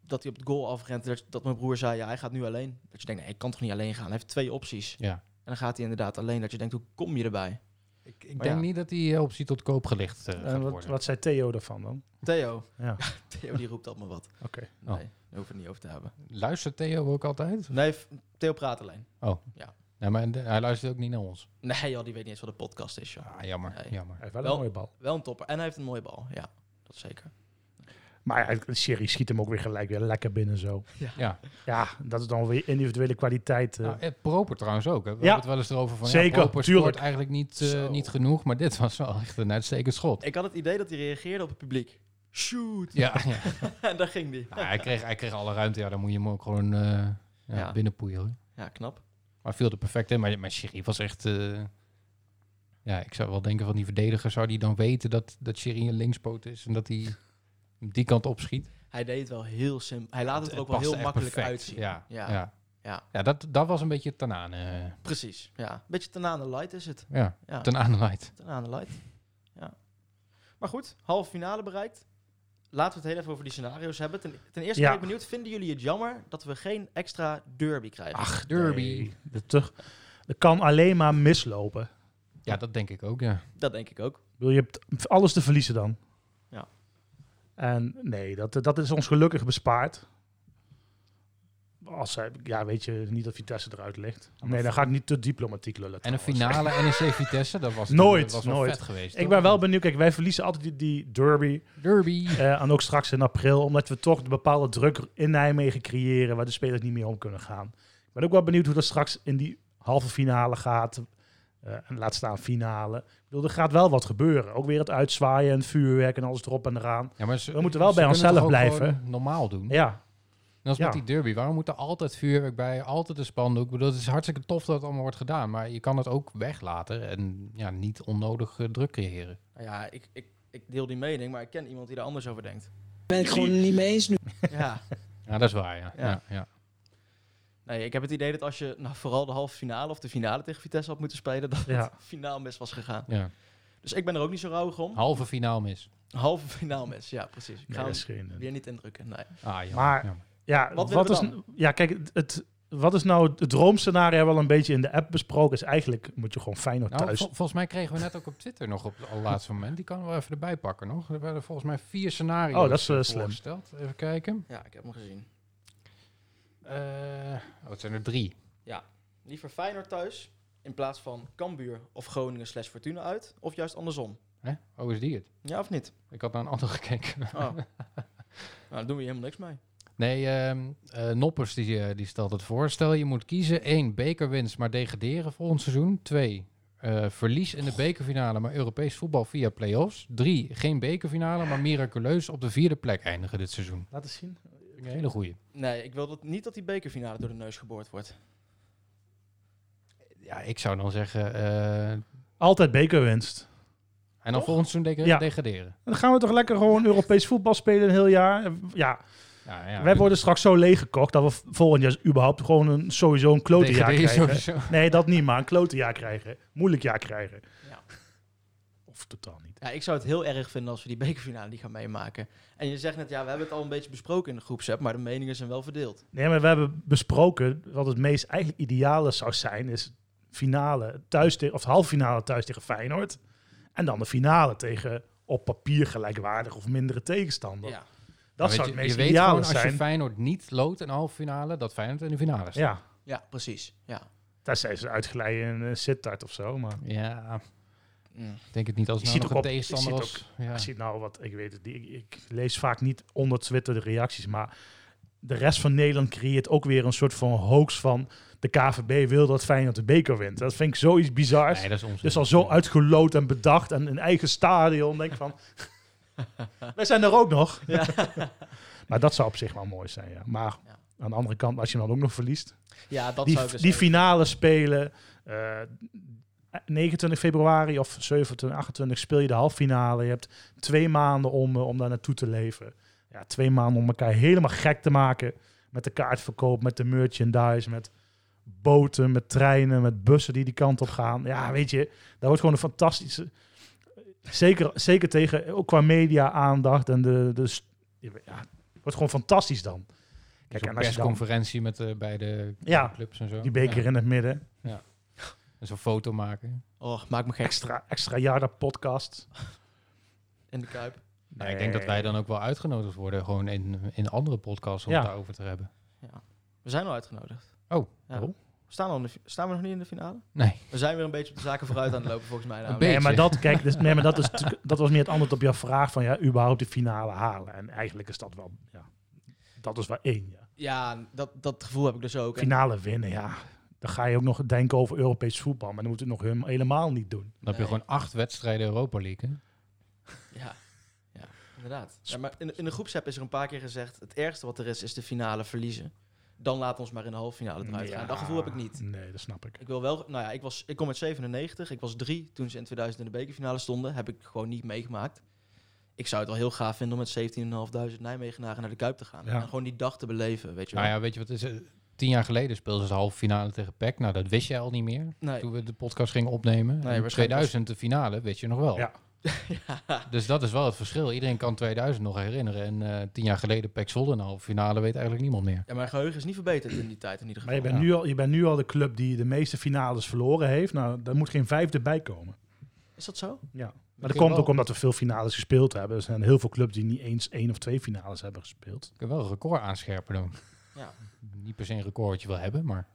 [SPEAKER 2] dat hij op het goal afrent, dat, dat mijn broer zei, ja, hij gaat nu alleen. Dat je denkt, nee, ik kan toch niet alleen gaan. Hij heeft twee opties.
[SPEAKER 3] Ja.
[SPEAKER 2] En dan gaat hij inderdaad alleen, dat je denkt, hoe kom je erbij?
[SPEAKER 3] Ik, ik
[SPEAKER 2] Maar ja.
[SPEAKER 3] denk niet dat die optie tot koop gelicht eh, gaat
[SPEAKER 4] En wat,
[SPEAKER 3] worden.
[SPEAKER 4] wat zei Theo daarvan dan?
[SPEAKER 2] Theo,
[SPEAKER 4] Ja,
[SPEAKER 2] Theo die roept altijd maar wat.
[SPEAKER 4] oké.
[SPEAKER 2] Nee, daar
[SPEAKER 3] Oh.
[SPEAKER 2] hoeven we het niet over te hebben.
[SPEAKER 3] Luistert Theo ook altijd?
[SPEAKER 2] Nee, f- Theo praat alleen.
[SPEAKER 3] Nee, maar de- hij luistert ook niet naar ons.
[SPEAKER 2] Nee joh, die weet niet eens wat een podcast is joh.
[SPEAKER 3] Ah, jammer,
[SPEAKER 2] Nee.
[SPEAKER 3] jammer.
[SPEAKER 4] Hij heeft wel een
[SPEAKER 2] Wel-
[SPEAKER 4] mooie bal.
[SPEAKER 2] Wel een topper. En hij heeft een mooie bal, ja. Dat zeker.
[SPEAKER 4] Maar ja, Siri schiet hem ook weer gelijk weer lekker binnen zo.
[SPEAKER 3] Ja.
[SPEAKER 4] Ja, dat is dan weer individuele kwaliteit. eh.
[SPEAKER 3] Nou, eh, Proper trouwens ook. Hè. We
[SPEAKER 4] Ja.
[SPEAKER 3] hebben het wel eens erover van.
[SPEAKER 4] Zeker,
[SPEAKER 3] ja, Proper
[SPEAKER 4] tuurlijk.
[SPEAKER 3] scoort eigenlijk niet, eh,
[SPEAKER 2] Zo.
[SPEAKER 3] niet genoeg, maar dit was wel echt een uitstekend schot.
[SPEAKER 2] Ik had het idee dat hij reageerde op het publiek. Shoot!
[SPEAKER 3] Ja, ja.
[SPEAKER 2] en daar ging die.
[SPEAKER 3] Nou, hij, kreeg, hij kreeg alle ruimte. Ja, dan moet je hem ook gewoon eh ja,
[SPEAKER 2] Ja.
[SPEAKER 3] binnenpoeieren.
[SPEAKER 2] Ja, knap.
[SPEAKER 3] Maar viel er perfect in. Maar, maar Sherry was echt... eh, ja, ik zou wel denken van die verdediger... zou die dan weten dat, dat Sherry een linkspoot is... en dat hij hem die kant opschiet?
[SPEAKER 2] Hij deed het wel heel simpel. Hij laat het er ook wel
[SPEAKER 3] paste
[SPEAKER 2] heel
[SPEAKER 3] echt
[SPEAKER 2] makkelijk
[SPEAKER 3] perfect.
[SPEAKER 2] uitzien.
[SPEAKER 3] Ja,
[SPEAKER 2] Ja.
[SPEAKER 3] ja. ja.
[SPEAKER 2] Ja.
[SPEAKER 3] dat, dat was een beetje ten aan. eh,
[SPEAKER 2] Precies. Ja. Beetje ten aan de light is het.
[SPEAKER 3] ja,
[SPEAKER 2] Ja.
[SPEAKER 3] ten aan de light.
[SPEAKER 2] Ten aan de light. Ja. Maar goed, halve finale bereikt. Laten we het heel even over die scenario's hebben. Ten, ten eerste
[SPEAKER 4] Ja.
[SPEAKER 2] ben ik benieuwd, vinden jullie het jammer dat we geen extra derby krijgen?
[SPEAKER 4] Ach,
[SPEAKER 3] Derby.
[SPEAKER 4] nee. Dat, toch- dat kan alleen maar mislopen.
[SPEAKER 3] Ja, dat denk ik ook, ja.
[SPEAKER 2] Dat denk ik ook.
[SPEAKER 4] Ik bedoel, Je hebt alles te verliezen dan.
[SPEAKER 2] Ja.
[SPEAKER 4] En nee, dat, dat is ons gelukkig bespaard. Als zij, ja, weet je niet dat Vitesse eruit ligt. Nee, dan ga ik niet te diplomatiek lullen.
[SPEAKER 3] En een
[SPEAKER 4] trouwens.
[SPEAKER 3] finale NEC Vitesse, dat was
[SPEAKER 4] Nooit,
[SPEAKER 3] dat was wel
[SPEAKER 4] nooit.
[SPEAKER 3] vet geweest.
[SPEAKER 4] Ik
[SPEAKER 3] toch?
[SPEAKER 4] ben wel benieuwd. Kijk, wij verliezen altijd die, die derby.
[SPEAKER 3] derby.
[SPEAKER 4] eh, en ook straks in april. Omdat we toch de bepaalde druk in Nijmegen creëren. Waar de spelers niet meer om kunnen gaan. Ik ben ook wel benieuwd hoe dat straks in die halve finale gaat. eh, en laat staan finale. Ik bedoel, er gaat wel wat gebeuren. Ook weer het uitzwaaien en vuurwerk en alles erop en eraan.
[SPEAKER 3] Ja, maar ze-
[SPEAKER 4] We moeten wel bij
[SPEAKER 3] kunnen
[SPEAKER 4] onszelf
[SPEAKER 3] toch ook
[SPEAKER 4] blijven?
[SPEAKER 3] gewoon Normaal doen.
[SPEAKER 4] Ja,
[SPEAKER 3] En als
[SPEAKER 4] Ja.
[SPEAKER 3] met die derby, waarom moet er altijd vuurwerk bij, altijd een spandoek? Ik bedoel, het is hartstikke tof dat het allemaal wordt gedaan, maar je kan het ook weglaten en ja, niet onnodig eh, druk creëren.
[SPEAKER 2] Nou ja, ik, ik, ik deel die mening, maar ik ken iemand die daar anders over denkt.
[SPEAKER 5] ben ik gewoon niet mee eens nu.
[SPEAKER 2] ja.
[SPEAKER 3] Ja, dat is waar, ja.
[SPEAKER 2] Ja.
[SPEAKER 3] ja. ja,
[SPEAKER 2] Nee, ik heb het idee dat als je nou, vooral de halve finale of de finale tegen Vitesse had moeten spelen, dat
[SPEAKER 4] Ja.
[SPEAKER 2] het finaal mis was gegaan.
[SPEAKER 3] ja.
[SPEAKER 2] Dus ik ben er ook niet zo rauwig om.
[SPEAKER 3] Halve finaal mis.
[SPEAKER 2] Halve finaal mis, ja precies. Ik
[SPEAKER 4] Nee,
[SPEAKER 2] ga
[SPEAKER 4] dat
[SPEAKER 2] hem
[SPEAKER 4] is geen-
[SPEAKER 2] weer niet indrukken, nee.
[SPEAKER 3] Ah, jammer,
[SPEAKER 4] Maar-
[SPEAKER 3] jammer.
[SPEAKER 4] Ja,
[SPEAKER 2] Wat
[SPEAKER 4] wat,
[SPEAKER 2] willen
[SPEAKER 4] is,
[SPEAKER 2] we
[SPEAKER 4] ja kijk, het- het, wat is nou het droomscenario wel een beetje in de app besproken? Is eigenlijk moet je gewoon Feyenoord
[SPEAKER 3] Nou,
[SPEAKER 4] thuis.
[SPEAKER 3] vol- volgens mij kregen we net ook op Twitter nog op het allerlaatste moment. Die kan we even erbij pakken nog. Er werden volgens mij vier scenario's
[SPEAKER 4] Oh, dat is, eh,
[SPEAKER 3] eh,
[SPEAKER 4] slim.
[SPEAKER 3] voorgesteld. Even kijken.
[SPEAKER 2] Ja, ik heb hem gezien.
[SPEAKER 3] Eh, oh, het zijn er drie.
[SPEAKER 2] Liever Feyenoord thuis, in plaats van Cambuur of Groningen slash Fortuna uit, of juist andersom.
[SPEAKER 3] Hè? Oh, is die het?
[SPEAKER 2] Ja of niet?
[SPEAKER 3] Ik had naar een ander gekeken.
[SPEAKER 2] Oh. nou, daar doen we hier helemaal niks mee.
[SPEAKER 3] Nee, ehm, eh, Noppers die, eh, die stelt het voor. Stel je moet kiezen: 1. Bekerwinst, maar degraderen volgend seizoen. 2. eh, verlies in de bekerfinale, maar Europees voetbal via play-offs. 3. Geen bekerfinale, maar miraculeus op de vierde plek eindigen dit seizoen.
[SPEAKER 4] Laat eens zien.
[SPEAKER 3] Een hele goeie.
[SPEAKER 2] Nee, ik wil dat, niet dat die bekerfinale door de neus geboord wordt.
[SPEAKER 3] Ja, ik zou dan zeggen: eh, en
[SPEAKER 4] Altijd bekerwinst.
[SPEAKER 3] dan volgend seizoen degra-
[SPEAKER 4] Ja.
[SPEAKER 3] degraderen.
[SPEAKER 4] Dan gaan we toch lekker gewoon Europees voetbal spelen een heel jaar. Eh, Ja,
[SPEAKER 3] Ja, ja,
[SPEAKER 4] wij worden straks zo leeggekocht dat we volgend jaar überhaupt gewoon een, sowieso een klote jaar
[SPEAKER 3] degraderen
[SPEAKER 4] krijgen.
[SPEAKER 3] sowieso.
[SPEAKER 4] Nee, dat niet, maar een klote jaar krijgen. Moeilijk jaar krijgen.
[SPEAKER 2] Ja.
[SPEAKER 4] Of totaal niet.
[SPEAKER 2] Ja, ik zou het heel erg vinden als we die bekerfinale niet gaan meemaken. En je zegt net, ja, we hebben het al een beetje besproken in de groepsapp, maar de meningen zijn wel verdeeld.
[SPEAKER 4] Nee, maar we hebben besproken wat het meest eigenlijk ideale zou zijn, is finale thuis tegen, of de halve finale thuis tegen Feyenoord. En dan de finale tegen op papier gelijkwaardig of mindere tegenstander.
[SPEAKER 2] Ja.
[SPEAKER 4] Dat
[SPEAKER 3] Maar
[SPEAKER 4] zou
[SPEAKER 3] Nou, weet
[SPEAKER 4] het
[SPEAKER 3] je, je
[SPEAKER 4] meest
[SPEAKER 3] weet
[SPEAKER 4] ideale
[SPEAKER 3] gewoon als je
[SPEAKER 4] zijn.
[SPEAKER 3] Feyenoord niet loodt in de halve finale, dat Feyenoord in de finale staat.
[SPEAKER 4] Ja,
[SPEAKER 2] Ja, precies. Ja.
[SPEAKER 4] daar zijn ze uitgeleid in uh, Sittard of zo. Maar
[SPEAKER 3] Ja,
[SPEAKER 2] Mm.
[SPEAKER 3] ik denk het niet als
[SPEAKER 4] Je
[SPEAKER 3] nou
[SPEAKER 4] ziet
[SPEAKER 3] nog
[SPEAKER 4] ook
[SPEAKER 3] een
[SPEAKER 4] op- je
[SPEAKER 3] tegenstander
[SPEAKER 4] ziet
[SPEAKER 3] als... Ja.
[SPEAKER 4] ik zie nou wat, ik weet het niet. Ik, ik lees vaak niet onder Twitter de reacties, maar de rest van Nederland creëert ook weer een soort van hoax van de KVB wil dat Feyenoord de beker wint. Dat vind ik zoiets bizars.
[SPEAKER 3] Nee, dat is onzin.
[SPEAKER 4] Dus al zo uitgeloot en bedacht en een eigen stadion. Denk ik van, wij zijn er ook nog. maar dat zou op zich wel mooi zijn, ja. Maar
[SPEAKER 2] Ja.
[SPEAKER 4] aan de andere kant, als je hem dan ook nog verliest.
[SPEAKER 2] Ja, dat
[SPEAKER 4] die
[SPEAKER 2] zou ik dus
[SPEAKER 4] die
[SPEAKER 2] ook-
[SPEAKER 4] finale spelen, eh, 29 februari of 27, 28 speel je de halve finale. Je hebt twee maanden om, eh, om daar naartoe te leven. Ja, twee maanden om elkaar helemaal gek te maken. Met de kaartverkoop, met de merchandise, met boten, met treinen, met bussen die die kant op gaan. Ja, weet je, daar wordt gewoon een fantastische... Zeker, zeker tegen, ook qua media-aandacht en de... de st- ja, wordt gewoon fantastisch dan.
[SPEAKER 3] Kijk,
[SPEAKER 4] en
[SPEAKER 3] een
[SPEAKER 4] als je dan-
[SPEAKER 3] persconferentie met eh, de beide
[SPEAKER 4] Ja,
[SPEAKER 3] clubs en zo.
[SPEAKER 4] Die beker
[SPEAKER 3] Ja.
[SPEAKER 4] in het midden.
[SPEAKER 3] En zo'n foto maken.
[SPEAKER 2] Och, maak me gek.
[SPEAKER 4] extra, extra jaren podcast.
[SPEAKER 2] In de Kuip.
[SPEAKER 3] Nou, ik denk dat wij dan ook wel uitgenodigd worden, gewoon in, in andere podcasts om
[SPEAKER 4] Ja.
[SPEAKER 3] het daarover te hebben.
[SPEAKER 2] We zijn al uitgenodigd.
[SPEAKER 3] Oh,
[SPEAKER 2] Ja.
[SPEAKER 4] oh.
[SPEAKER 2] Staan, we al in de fi- staan we nog niet in de finale?
[SPEAKER 3] Nee.
[SPEAKER 2] We zijn weer een beetje op de zaken vooruit aan het lopen, volgens mij.
[SPEAKER 3] Een
[SPEAKER 2] namelijk.
[SPEAKER 4] Nee,
[SPEAKER 3] beetje.
[SPEAKER 4] maar dat, kijk, dus, nee, maar dat, is, natuurlijk- dat was meer het antwoord op jouw vraag van ja, überhaupt de finale halen. En eigenlijk is dat wel, ja, dat is wel één. Ja.
[SPEAKER 2] Ja, dat, dat gevoel heb ik dus ook. En-
[SPEAKER 4] Finale winnen, ja. Dan ga je ook nog denken over Europees voetbal, maar dan moet het nog hem- helemaal niet doen.
[SPEAKER 3] Dan heb je
[SPEAKER 2] Nee.
[SPEAKER 3] gewoon acht wedstrijden Europa League. hè?
[SPEAKER 2] Ja, ja inderdaad. Ja, maar in, in de groepsapp is er een paar keer gezegd... het ergste wat er is, is de finale verliezen. Dan laat ons maar in de halve finale eruit gaan.
[SPEAKER 4] Ja.
[SPEAKER 2] Dat gevoel heb ik niet.
[SPEAKER 4] Nee, dat snap ik.
[SPEAKER 2] Ik wil wel... Nou ja, ik, was, ik kom uit 97. Ik was drie toen ze in 2000 in de bekerfinale stonden. Heb ik gewoon niet meegemaakt. Ik zou het wel heel gaaf vinden om met 17.500 Nijmegenaren naar de Kuip te gaan.
[SPEAKER 4] Ja.
[SPEAKER 2] En gewoon die dag te beleven, weet je wel.
[SPEAKER 3] Nou ja, weet je wat is het? Tien jaar geleden speelden ze de halve finale tegen PEC. Nou, dat wist jij al niet meer
[SPEAKER 2] Nee.
[SPEAKER 3] toen we de podcast gingen opnemen.
[SPEAKER 2] Nee,
[SPEAKER 3] En
[SPEAKER 2] waarschijnlijk
[SPEAKER 3] 2000, de finale, weet je nog wel.
[SPEAKER 4] Ja.
[SPEAKER 3] Dus dat is wel het verschil. Iedereen kan 2000 nog herinneren. En eh, tien jaar geleden PEC Zwolle in de halve finale weet eigenlijk niemand meer.
[SPEAKER 2] Ja, mijn geheugen is niet verbeterd in die tijd in ieder
[SPEAKER 4] Maar
[SPEAKER 2] geval.
[SPEAKER 4] je bent, nu al, je bent nu al de club die de meeste finales verloren heeft. Nou, daar moet geen vijfde bij komen.
[SPEAKER 2] Is dat zo?
[SPEAKER 4] Ja. Maar
[SPEAKER 3] Kun je
[SPEAKER 4] dat komt
[SPEAKER 3] wel-
[SPEAKER 4] ook omdat we veel finales gespeeld hebben. Er zijn heel veel clubs die niet eens één of twee finales hebben gespeeld.
[SPEAKER 3] Ik kan wel een record aanscherpen dan.
[SPEAKER 2] Ja.
[SPEAKER 3] Niet per se een record wat je wil hebben, maar...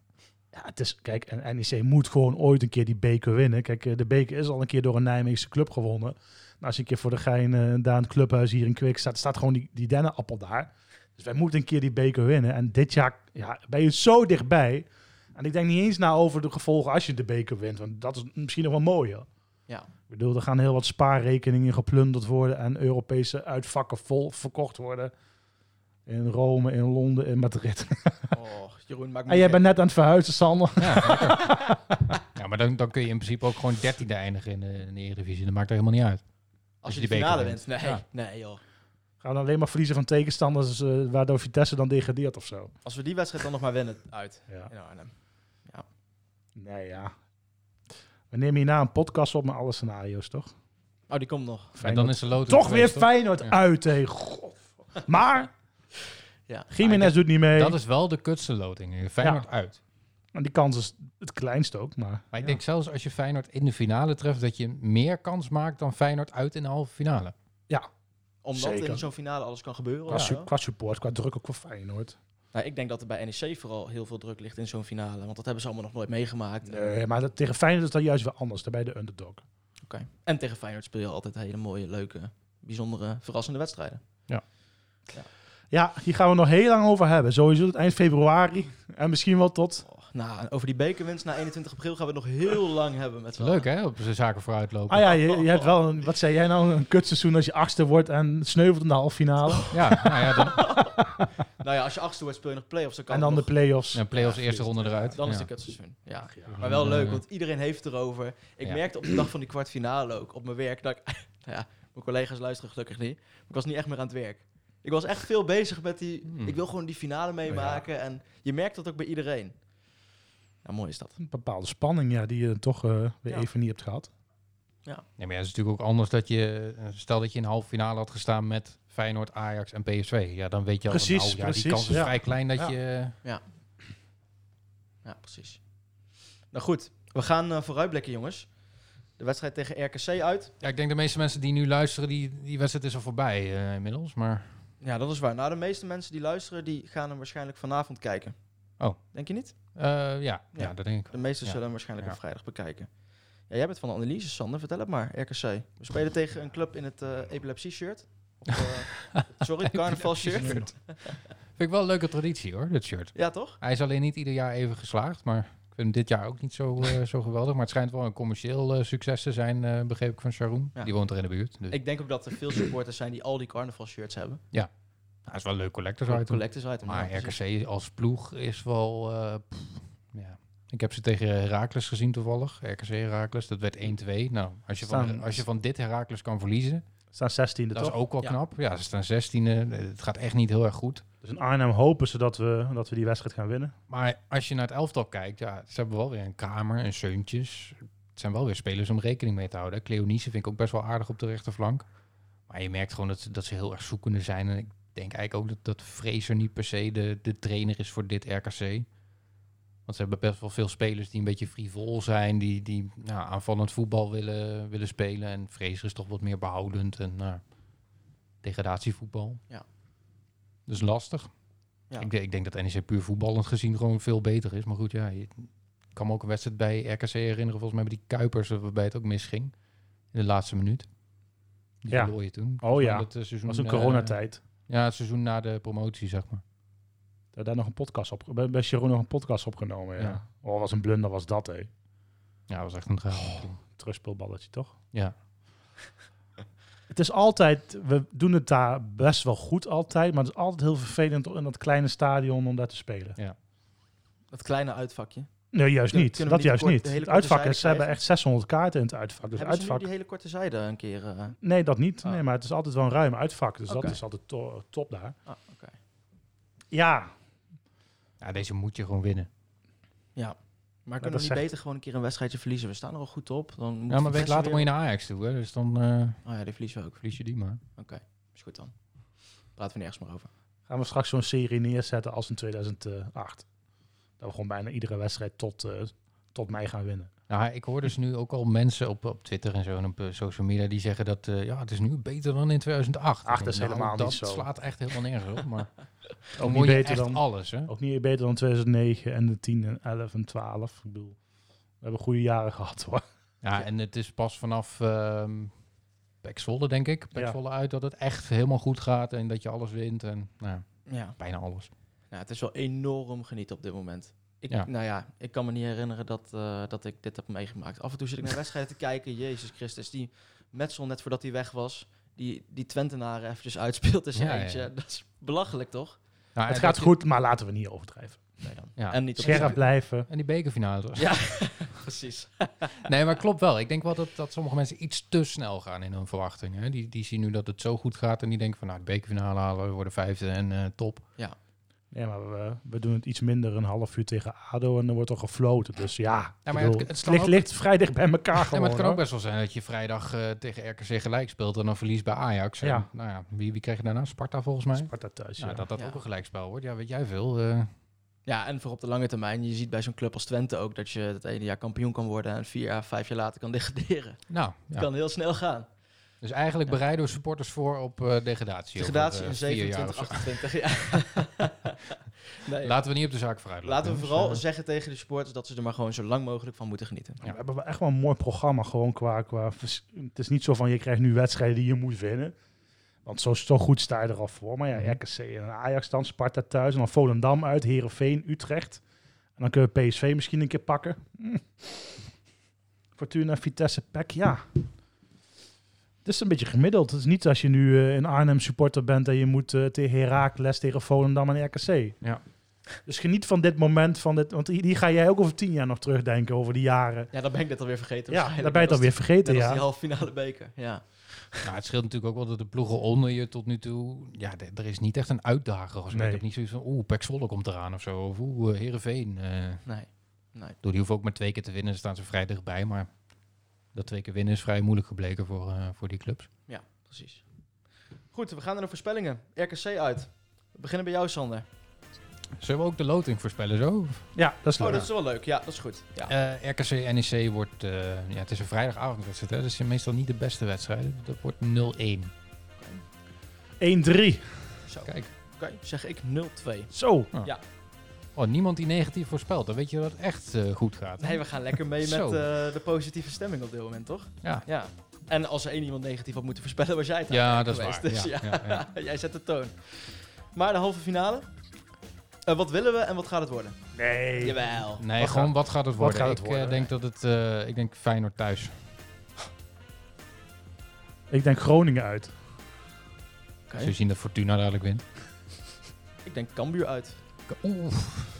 [SPEAKER 4] Ja, het is, kijk, en NEC moet gewoon ooit een keer die beker winnen. Kijk, eh, de beker is al een keer door een Nijmeegse club gewonnen. En als je een keer voor de gein eh, daar in het clubhuis hier in Kwik staat, staat gewoon die, die dennenappel daar. Dus wij moeten een keer die beker winnen. En dit jaar ja, ben je zo dichtbij. En ik denk niet eens na over de gevolgen als je de beker wint. Want dat is misschien nog wel mooier.
[SPEAKER 2] Ja.
[SPEAKER 4] Ik bedoel, er gaan heel wat spaarrekeningen geplunderd worden en Europese uitvakken vol verkocht worden. In Rome, in Londen, in Madrid.
[SPEAKER 2] Oh, Jeroen, maak me
[SPEAKER 4] En Ah, jij
[SPEAKER 2] gek.
[SPEAKER 4] bent net aan het verhuizen, Sander.
[SPEAKER 3] Ja, lekker. ja maar dan, dan kun je in principe ook gewoon dertiende eindigen in de, in de Eredivisie. Dat maakt er helemaal niet uit.
[SPEAKER 2] Als je
[SPEAKER 3] die
[SPEAKER 2] die finale
[SPEAKER 3] beker
[SPEAKER 2] wint. Nee,
[SPEAKER 3] Ja.
[SPEAKER 2] nee joh.
[SPEAKER 4] Gaan we alleen maar verliezen van tegenstanders, eh, waardoor Vitesse dan degradeert of zo.
[SPEAKER 2] Als we die wedstrijd dan nog maar winnen uit
[SPEAKER 4] Ja.
[SPEAKER 2] in Arnhem.
[SPEAKER 4] Nee, ja. We nemen hierna een podcast op met alle scenario's, toch?
[SPEAKER 2] Oh, die komt nog.
[SPEAKER 3] En dan is de loting
[SPEAKER 4] Toch weer
[SPEAKER 3] geweest,
[SPEAKER 4] Feyenoord
[SPEAKER 3] Ja.
[SPEAKER 4] uit, hé. God. Maar,
[SPEAKER 2] Ja.
[SPEAKER 4] Jiménez doet niet mee.
[SPEAKER 3] Dat is wel de kutste loting. Feyenoord uit.
[SPEAKER 4] En die kans is het kleinst ook, maar...
[SPEAKER 3] Maar ik
[SPEAKER 4] ja.
[SPEAKER 3] denk zelfs als je Feyenoord in de finale treft... dat je meer kans maakt dan Feyenoord uit in de halve finale.
[SPEAKER 2] Omdat
[SPEAKER 4] Zeker.
[SPEAKER 2] in zo'n finale alles kan gebeuren.
[SPEAKER 4] Qua,
[SPEAKER 2] of
[SPEAKER 4] su-
[SPEAKER 2] zo.
[SPEAKER 4] qua support, qua druk, ook qua Feyenoord.
[SPEAKER 2] Nou, ik denk dat er bij NEC vooral heel veel druk ligt in zo'n finale. Want dat hebben ze allemaal nog nooit meegemaakt.
[SPEAKER 4] Nee, maar dat, tegen Feyenoord is dat juist weer anders. Daarbij de underdog.
[SPEAKER 2] Oké. En tegen Feyenoord speel je altijd hele mooie, leuke, bijzondere, verrassende wedstrijden.
[SPEAKER 4] Ja, hier gaan we nog heel lang over hebben. Sowieso tot eind februari. En misschien wel tot...
[SPEAKER 2] Oh, nou, over die bekerwinst na 21 april gaan we het nog heel lang hebben met z'n
[SPEAKER 3] Leuk
[SPEAKER 2] allen.
[SPEAKER 3] hè, op de zaken vooruit lopen.
[SPEAKER 4] Ah ja, je, je hebt wel een... Wat zei jij nou? Een kutseizoen als je achtste wordt en sneuvelt in de halve finale.
[SPEAKER 3] Ja, nou ja, dan,
[SPEAKER 2] Nou ja, als je achtste wordt, speel je nog play-offs. Dan kan
[SPEAKER 4] En dan de
[SPEAKER 2] het nog-
[SPEAKER 4] play-offs.
[SPEAKER 3] ja, play-offs eerste ronde eruit.
[SPEAKER 2] dan is
[SPEAKER 3] Ja.
[SPEAKER 2] de kutseizoen. Ja.
[SPEAKER 4] Ja.
[SPEAKER 2] Maar wel
[SPEAKER 3] Ja.
[SPEAKER 2] leuk, want iedereen heeft het erover. Ik
[SPEAKER 3] Ja.
[SPEAKER 2] merkte op de dag van die kwartfinale ook op mijn werk dat ik, nou ja, mijn collega's luisteren gelukkig niet. Maar ik was niet echt meer aan het werk. Ik was echt veel bezig met die.
[SPEAKER 3] Hmm.
[SPEAKER 2] Ik wil gewoon die finale meemaken. En je merkt dat ook bij iedereen. Nou, mooi is dat.
[SPEAKER 4] Een bepaalde spanning, ja, die je toch eh, weer
[SPEAKER 2] Ja.
[SPEAKER 4] even niet hebt gehad.
[SPEAKER 3] Nee, maar ja, het is natuurlijk ook anders dat je... eh, Stel dat je in de halve finale had gestaan met Feyenoord, Ajax en PSV. Ja, dan weet je al...
[SPEAKER 4] Precies,
[SPEAKER 3] nou, ja,
[SPEAKER 4] precies,
[SPEAKER 3] Die kans is
[SPEAKER 4] ja.
[SPEAKER 3] vrij klein dat
[SPEAKER 4] Ja.
[SPEAKER 3] je...
[SPEAKER 2] Ja, precies. Nou goed, we gaan eh vooruitblikken, jongens. De wedstrijd tegen RKC uit.
[SPEAKER 3] Ja, ik denk de meeste mensen die nu luisteren, die, die wedstrijd is al voorbij eh, inmiddels. Maar
[SPEAKER 2] Ja, dat is waar. Nou, de meeste mensen die luisteren, die gaan hem waarschijnlijk vanavond kijken.
[SPEAKER 3] Oh.
[SPEAKER 2] Denk je niet?
[SPEAKER 3] eh, ja, ja.
[SPEAKER 2] Ja.
[SPEAKER 3] dat denk ik
[SPEAKER 2] De
[SPEAKER 3] wel.
[SPEAKER 2] meesten
[SPEAKER 3] Ja.
[SPEAKER 2] zullen hem waarschijnlijk
[SPEAKER 3] Ja.
[SPEAKER 2] op vrijdag bekijken. Ja, jij bent van de analyse, Sander. Vertel het maar, RKC. We spelen tegen een club in het eh, epilepsie-shirt. Of, eh, sorry, carnaval-shirt.
[SPEAKER 3] Vind ik wel een leuke traditie hoor, dat shirt.
[SPEAKER 2] Ja, toch?
[SPEAKER 3] Hij is alleen niet ieder jaar even geslaagd, maar ik vind hem dit jaar ook niet zo, eh, zo geweldig. Maar het schijnt wel een commercieel eh, succes te zijn, eh, begreep ik van Sharon.
[SPEAKER 2] Ja.
[SPEAKER 3] Die woont er in de buurt. Dus.
[SPEAKER 2] Ik denk ook dat er veel supporters zijn die al die carnaval shirts hebben.
[SPEAKER 3] hij is wel een leuk collectors
[SPEAKER 2] Een
[SPEAKER 3] item.
[SPEAKER 2] collectors item.
[SPEAKER 3] Maar
[SPEAKER 2] ja, precies.
[SPEAKER 3] RKC als ploeg is wel... eh, pff, ja. Ik heb ze tegen Heracles gezien toevallig. RKC Heracles, dat werd 1-2. Nou, als je, van,
[SPEAKER 4] Staan-
[SPEAKER 3] als je van dit Heracles kan verliezen,
[SPEAKER 4] staan 16e
[SPEAKER 3] dat
[SPEAKER 4] toch?
[SPEAKER 3] is ook wel
[SPEAKER 2] Ja.
[SPEAKER 3] knap. Ja, ze staan 16e. Het gaat echt niet heel erg goed.
[SPEAKER 4] Dus in Arnhem hopen ze dat we, dat we die wedstrijd gaan winnen.
[SPEAKER 3] Maar als je naar het elftal kijkt, ja, ze hebben wel weer een kamer en zeuntjes. Het zijn wel weer spelers om rekening mee te houden. Cleonice vind ik ook best wel aardig op de rechterflank. Maar je merkt gewoon dat, ze- dat ze heel erg zoekende zijn. En ik denk eigenlijk ook dat, dat Fraser niet per se de, de trainer is voor dit RKC. Want ze hebben best wel veel spelers die een beetje frivol zijn. Die, die nou, aanvallend voetbal willen, willen spelen. En Fraser is toch wat meer behoudend en nou, degradatievoetbal.
[SPEAKER 2] Ja.
[SPEAKER 3] Dus lastig.
[SPEAKER 2] Ja.
[SPEAKER 3] Ik, denk- ik denk dat NEC puur voetballend gezien gewoon veel beter is. Maar goed, ja, je- ik kan me ook een wedstrijd bij RKC herinneren. Volgens mij met die Kuipers, waarbij het ook misging. In de laatste minuut. Die
[SPEAKER 4] Ja.
[SPEAKER 3] verloor je toen.
[SPEAKER 4] Oh ja.
[SPEAKER 3] Dat eh, seizoen,
[SPEAKER 4] Dat was een
[SPEAKER 3] eh,
[SPEAKER 4] coronatijd.
[SPEAKER 3] ja, het seizoen na de promotie, zeg maar.
[SPEAKER 4] We hebben daar nog een podcast op, bij, bij Sharon nog een podcast opgenomen. Ja.
[SPEAKER 3] Ja.
[SPEAKER 4] Oh, wat een blunder was dat, hé.
[SPEAKER 3] Ja, dat was echt een drama. toen.
[SPEAKER 4] Terugspeelballetje, toch?
[SPEAKER 3] Ja.
[SPEAKER 4] Het is altijd, we doen het daar best wel goed altijd, maar het is altijd heel vervelend om in dat kleine stadion om daar te spelen.
[SPEAKER 2] Dat kleine uitvakje.
[SPEAKER 3] Dus
[SPEAKER 4] Nee, juist
[SPEAKER 2] Kunnen-
[SPEAKER 4] niet.
[SPEAKER 2] kunnen we
[SPEAKER 4] Dat
[SPEAKER 2] niet
[SPEAKER 4] juist
[SPEAKER 2] kort-
[SPEAKER 4] niet.
[SPEAKER 2] de hele
[SPEAKER 4] Het
[SPEAKER 2] korte
[SPEAKER 4] uitvak
[SPEAKER 2] zijde
[SPEAKER 4] is, ze hebben
[SPEAKER 2] krijgen?
[SPEAKER 4] echt 600 kaarten in het uitvak. Dus het
[SPEAKER 2] hebben ze nu
[SPEAKER 4] uitvak,
[SPEAKER 2] die hele korte zijde een keer... eh,
[SPEAKER 4] nee, dat niet.
[SPEAKER 2] Ah.
[SPEAKER 4] Nee, maar het is altijd wel een ruim uitvak, dus
[SPEAKER 2] Oké.
[SPEAKER 4] dat is altijd to- top daar.
[SPEAKER 2] ah, oké.
[SPEAKER 4] Ja,
[SPEAKER 3] ja, deze moet je gewoon winnen.
[SPEAKER 2] Maar
[SPEAKER 4] dat
[SPEAKER 2] kunnen we niet
[SPEAKER 4] zegt-
[SPEAKER 2] beter gewoon een keer een wedstrijdje verliezen? We staan er al goed op. Dan moet
[SPEAKER 3] Ja, maar een week
[SPEAKER 2] Vitesse
[SPEAKER 3] later moet je
[SPEAKER 2] weer-
[SPEAKER 3] naar Ajax toe, hè. Dus dan eh,
[SPEAKER 2] Oh ja, die verliezen we ook.
[SPEAKER 3] verlies je die maar.
[SPEAKER 2] Is goed dan. Praten we nergens meer over.
[SPEAKER 4] gaan we straks zo'n serie neerzetten als in 2008. Dat we gewoon bijna iedere wedstrijd tot, eh, tot mei gaan winnen.
[SPEAKER 3] Nou, ik hoor dus nu ook al mensen op, op Twitter en zo en op eh, social media die zeggen dat eh, ja, het is nu beter dan in 2008.
[SPEAKER 4] Ach,
[SPEAKER 3] Ik
[SPEAKER 4] dat is
[SPEAKER 3] denk, nou,
[SPEAKER 4] helemaal
[SPEAKER 3] dat
[SPEAKER 4] niet zo.
[SPEAKER 3] slaat echt helemaal nergens op, maar
[SPEAKER 4] Ook
[SPEAKER 3] dan
[SPEAKER 4] niet
[SPEAKER 3] word je
[SPEAKER 4] beter
[SPEAKER 3] echt
[SPEAKER 4] dan, Oh.
[SPEAKER 3] alles, hè?
[SPEAKER 4] ook niet beter dan 2009 en de 10 en 11 en 12. Ik bedoel, we hebben goede jaren gehad hoor.
[SPEAKER 3] Ja, en het is pas vanaf ehm Pek Zwolle, denk ik, Pek
[SPEAKER 4] Ja.
[SPEAKER 3] Zwolle uit, dat het echt helemaal goed gaat en dat je alles wint en nou, ja,
[SPEAKER 2] Ja.
[SPEAKER 3] bijna alles.
[SPEAKER 2] Nou, het is wel enorm genieten op dit moment. Ik,
[SPEAKER 3] Ja.
[SPEAKER 2] Nou ja, ik kan me niet herinneren dat, eh, dat ik dit heb meegemaakt. Af en toe zit ik naar wedstrijden te kijken. Jezus Christus, die Metsel net voordat hij weg was, die, die Twentenaren eventjes uitspeelt is
[SPEAKER 3] Ja, ja,
[SPEAKER 2] eentje.
[SPEAKER 3] ja.
[SPEAKER 2] Dat is belachelijk, toch?
[SPEAKER 3] Nou,
[SPEAKER 4] het
[SPEAKER 3] en
[SPEAKER 4] gaat
[SPEAKER 3] dat-
[SPEAKER 4] goed, maar laten we niet overdrijven.
[SPEAKER 2] Nee dan.
[SPEAKER 3] Ja.
[SPEAKER 2] En niet op
[SPEAKER 4] Scherp blijven.
[SPEAKER 3] En die bekerfinale. toch?
[SPEAKER 2] Ja, precies.
[SPEAKER 3] Nee, maar klopt wel. Ik denk wel dat, dat sommige mensen iets te snel gaan in hun verwachtingen. hè. Die, die zien nu dat het zo goed gaat en die denken van nou, de bekerfinale halen, we worden vijfde en eh, top.
[SPEAKER 4] Nee, maar we, we doen het iets minder een half uur tegen ADO en er wordt al gefloten. Dus ja,
[SPEAKER 3] maar
[SPEAKER 4] ik
[SPEAKER 3] ja,
[SPEAKER 4] bedoel,
[SPEAKER 3] het- het
[SPEAKER 4] het
[SPEAKER 3] kan
[SPEAKER 4] ligt,
[SPEAKER 3] ook-
[SPEAKER 4] ligt vrij dicht bij elkaar
[SPEAKER 3] Ja,
[SPEAKER 4] gewoon.
[SPEAKER 3] maar het kan ook
[SPEAKER 4] hoor.
[SPEAKER 3] best wel zijn dat je vrijdag eh, tegen RKC gelijk speelt en dan verliest bij Ajax. En,
[SPEAKER 4] Ja.
[SPEAKER 3] nou ja, wie, wie kreeg je daarna? Sparta volgens mij.
[SPEAKER 4] Sparta thuis,
[SPEAKER 3] Ja,
[SPEAKER 4] ja.
[SPEAKER 3] dat dat
[SPEAKER 2] Ja.
[SPEAKER 3] ook een gelijkspel wordt. Ja, weet jij veel. eh.
[SPEAKER 2] Ja, en voor op de lange termijn, je ziet bij zo'n club als Twente ook dat je het ene jaar kampioen kan worden en vier jaar, vijf jaar later kan degraderen.
[SPEAKER 3] nou,
[SPEAKER 2] Het
[SPEAKER 3] ja.
[SPEAKER 2] kan heel snel gaan.
[SPEAKER 3] dus eigenlijk
[SPEAKER 2] Ja.
[SPEAKER 3] bereiden we supporters voor op eh, degradatie. over,
[SPEAKER 2] Degradatie
[SPEAKER 3] eh,
[SPEAKER 2] Dus in
[SPEAKER 3] vier jaar of
[SPEAKER 2] 27,
[SPEAKER 3] zo.
[SPEAKER 2] 28 jaar. nee,
[SPEAKER 3] Laten we niet op de zaak vooruit lopen,
[SPEAKER 2] Laten we
[SPEAKER 3] dus,
[SPEAKER 2] vooral
[SPEAKER 3] eh,
[SPEAKER 2] zeggen tegen de supporters dat ze er maar gewoon zo lang mogelijk van moeten genieten.
[SPEAKER 4] We hebben wel echt wel een mooi programma gewoon qua, qua... vers- Het is niet zo van je krijgt nu wedstrijden die je moet winnen. Want zo, zo goed sta je er al voor. Maar ja,
[SPEAKER 3] Mhm.
[SPEAKER 4] RKC en Ajax dan, Sparta thuis en dan Volendam uit, Herenveen, Utrecht. En dan kunnen we PSV misschien een keer pakken. Hm. Fortuna, Vitesse, PEC, ja. Het is een beetje gemiddeld. Het is niet als je nu eh, een Arnhem supporter bent en je moet eh, tegen Heracles, tegen Volendam en RKC.
[SPEAKER 3] Ja.
[SPEAKER 4] Dus geniet van dit moment, van dit, want hier hier ga jij ook over tien jaar nog terugdenken, over die jaren.
[SPEAKER 2] Ja, dan ben ik dat alweer vergeten.
[SPEAKER 4] Ja,
[SPEAKER 2] waarschijnlijk.
[SPEAKER 4] daar ben je het
[SPEAKER 2] Net
[SPEAKER 4] alweer
[SPEAKER 2] als die-
[SPEAKER 4] vergeten,
[SPEAKER 2] Net als die
[SPEAKER 4] ja.
[SPEAKER 2] halve finale beker. Ja.
[SPEAKER 3] nou, het scheelt natuurlijk ook wel dat de ploegen onder je tot nu toe... Ja, d- er is niet echt een uitdager. Als
[SPEAKER 4] Nee.
[SPEAKER 3] Ik heb niet zoiets van, oeh, Pek Zwolle komt eraan of zo. Of oeh, eh, Heerenveen. eh.
[SPEAKER 2] Nee.
[SPEAKER 3] Door die hoeven ook maar twee keer te winnen, dan staan ze vrij dichtbij. Maar dat twee keer winnen is vrij moeilijk gebleken voor, eh, voor die clubs.
[SPEAKER 2] Ja, precies. Goed, we gaan naar de voorspellingen. RKC uit. We beginnen bij jou, Sander.
[SPEAKER 3] Zullen we ook de loting voorspellen zo?
[SPEAKER 4] Ja, dat is leuk.
[SPEAKER 2] Oh, dat is wel leuk. Ja, dat is goed. Ja.
[SPEAKER 3] Eh, RKC NEC wordt, eh, ja, het is een vrijdagavondwedstrijd, hè? dat zijn meestal niet de beste wedstrijden. Dat wordt 0-1.
[SPEAKER 4] 1-3.
[SPEAKER 2] Zo.
[SPEAKER 3] Kijk,
[SPEAKER 2] Oké, zeg ik 0-2.
[SPEAKER 4] Zo.
[SPEAKER 3] oh, niemand die negatief voorspelt, dan weet je dat het echt eh, goed gaat.
[SPEAKER 2] Nee, we gaan lekker mee met
[SPEAKER 3] Zo.
[SPEAKER 2] eh, de positieve stemming op dit moment, toch?
[SPEAKER 3] Ja.
[SPEAKER 2] Ja. En als er één iemand negatief had moeten voorspellen, was jij het
[SPEAKER 3] Ja, dat is
[SPEAKER 2] eigenlijk
[SPEAKER 3] waar.
[SPEAKER 2] geweest.
[SPEAKER 3] Ja,
[SPEAKER 2] Dus
[SPEAKER 3] ja, ja.
[SPEAKER 2] ja, jij zet de toon. Maar de halve finale. Eh, wat willen we en wat gaat het worden?
[SPEAKER 4] Nee.
[SPEAKER 2] Jawel.
[SPEAKER 3] Nee,
[SPEAKER 4] Wat
[SPEAKER 3] gewoon
[SPEAKER 4] gaat-
[SPEAKER 3] wat gaat het
[SPEAKER 4] wat
[SPEAKER 3] worden?
[SPEAKER 4] gaat het
[SPEAKER 3] ik eh,
[SPEAKER 4] worden?
[SPEAKER 3] denk dat het, eh, ik denk Feyenoord thuis.
[SPEAKER 4] Ik denk Groningen uit.
[SPEAKER 2] Oké.
[SPEAKER 3] Ze zien dat Fortuna dadelijk wint.
[SPEAKER 2] Ik denk Cambuur uit.
[SPEAKER 3] Oeh,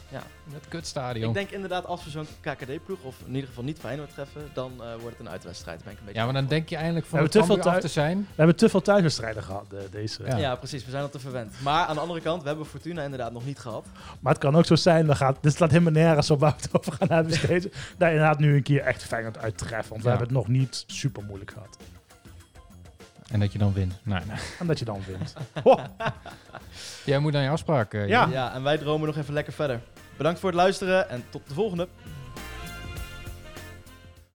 [SPEAKER 2] Ja.
[SPEAKER 3] het kutstadion.
[SPEAKER 2] Ik denk inderdaad, als we zo'n KKD-ploeg, of in ieder geval niet Feyenoord treffen, dan eh, wordt het een uitwedstrijd. Daar Ben ik een beetje
[SPEAKER 3] ja, maar dan
[SPEAKER 2] bang
[SPEAKER 3] denk je eindelijk van
[SPEAKER 4] We
[SPEAKER 3] het
[SPEAKER 4] hebben te
[SPEAKER 3] Cambuur
[SPEAKER 4] veel
[SPEAKER 3] af te
[SPEAKER 4] thui-
[SPEAKER 3] zijn.
[SPEAKER 4] We hebben te veel thuiswedstrijden gehad, eh, deze.
[SPEAKER 3] Ja.
[SPEAKER 2] voor. Ja, precies. We zijn al te verwend. Maar aan de andere kant, we hebben Fortuna inderdaad nog niet gehad.
[SPEAKER 4] Maar het kan ook zo zijn, dan gaat, dit slaat helemaal nergens op waar we het over gaan hebben steeds. Daar inderdaad nu een keer echt Feyenoord uittreffen, want we
[SPEAKER 3] Ja.
[SPEAKER 4] hebben het nog niet super moeilijk gehad.
[SPEAKER 3] En dat je dan wint. Nee, nee.
[SPEAKER 4] En dat je dan wint. Ho,
[SPEAKER 3] Jij moet naar je afspraak. eh,
[SPEAKER 4] Ja.
[SPEAKER 2] Ja, en wij dromen nog even lekker verder. Bedankt voor het luisteren en tot de volgende.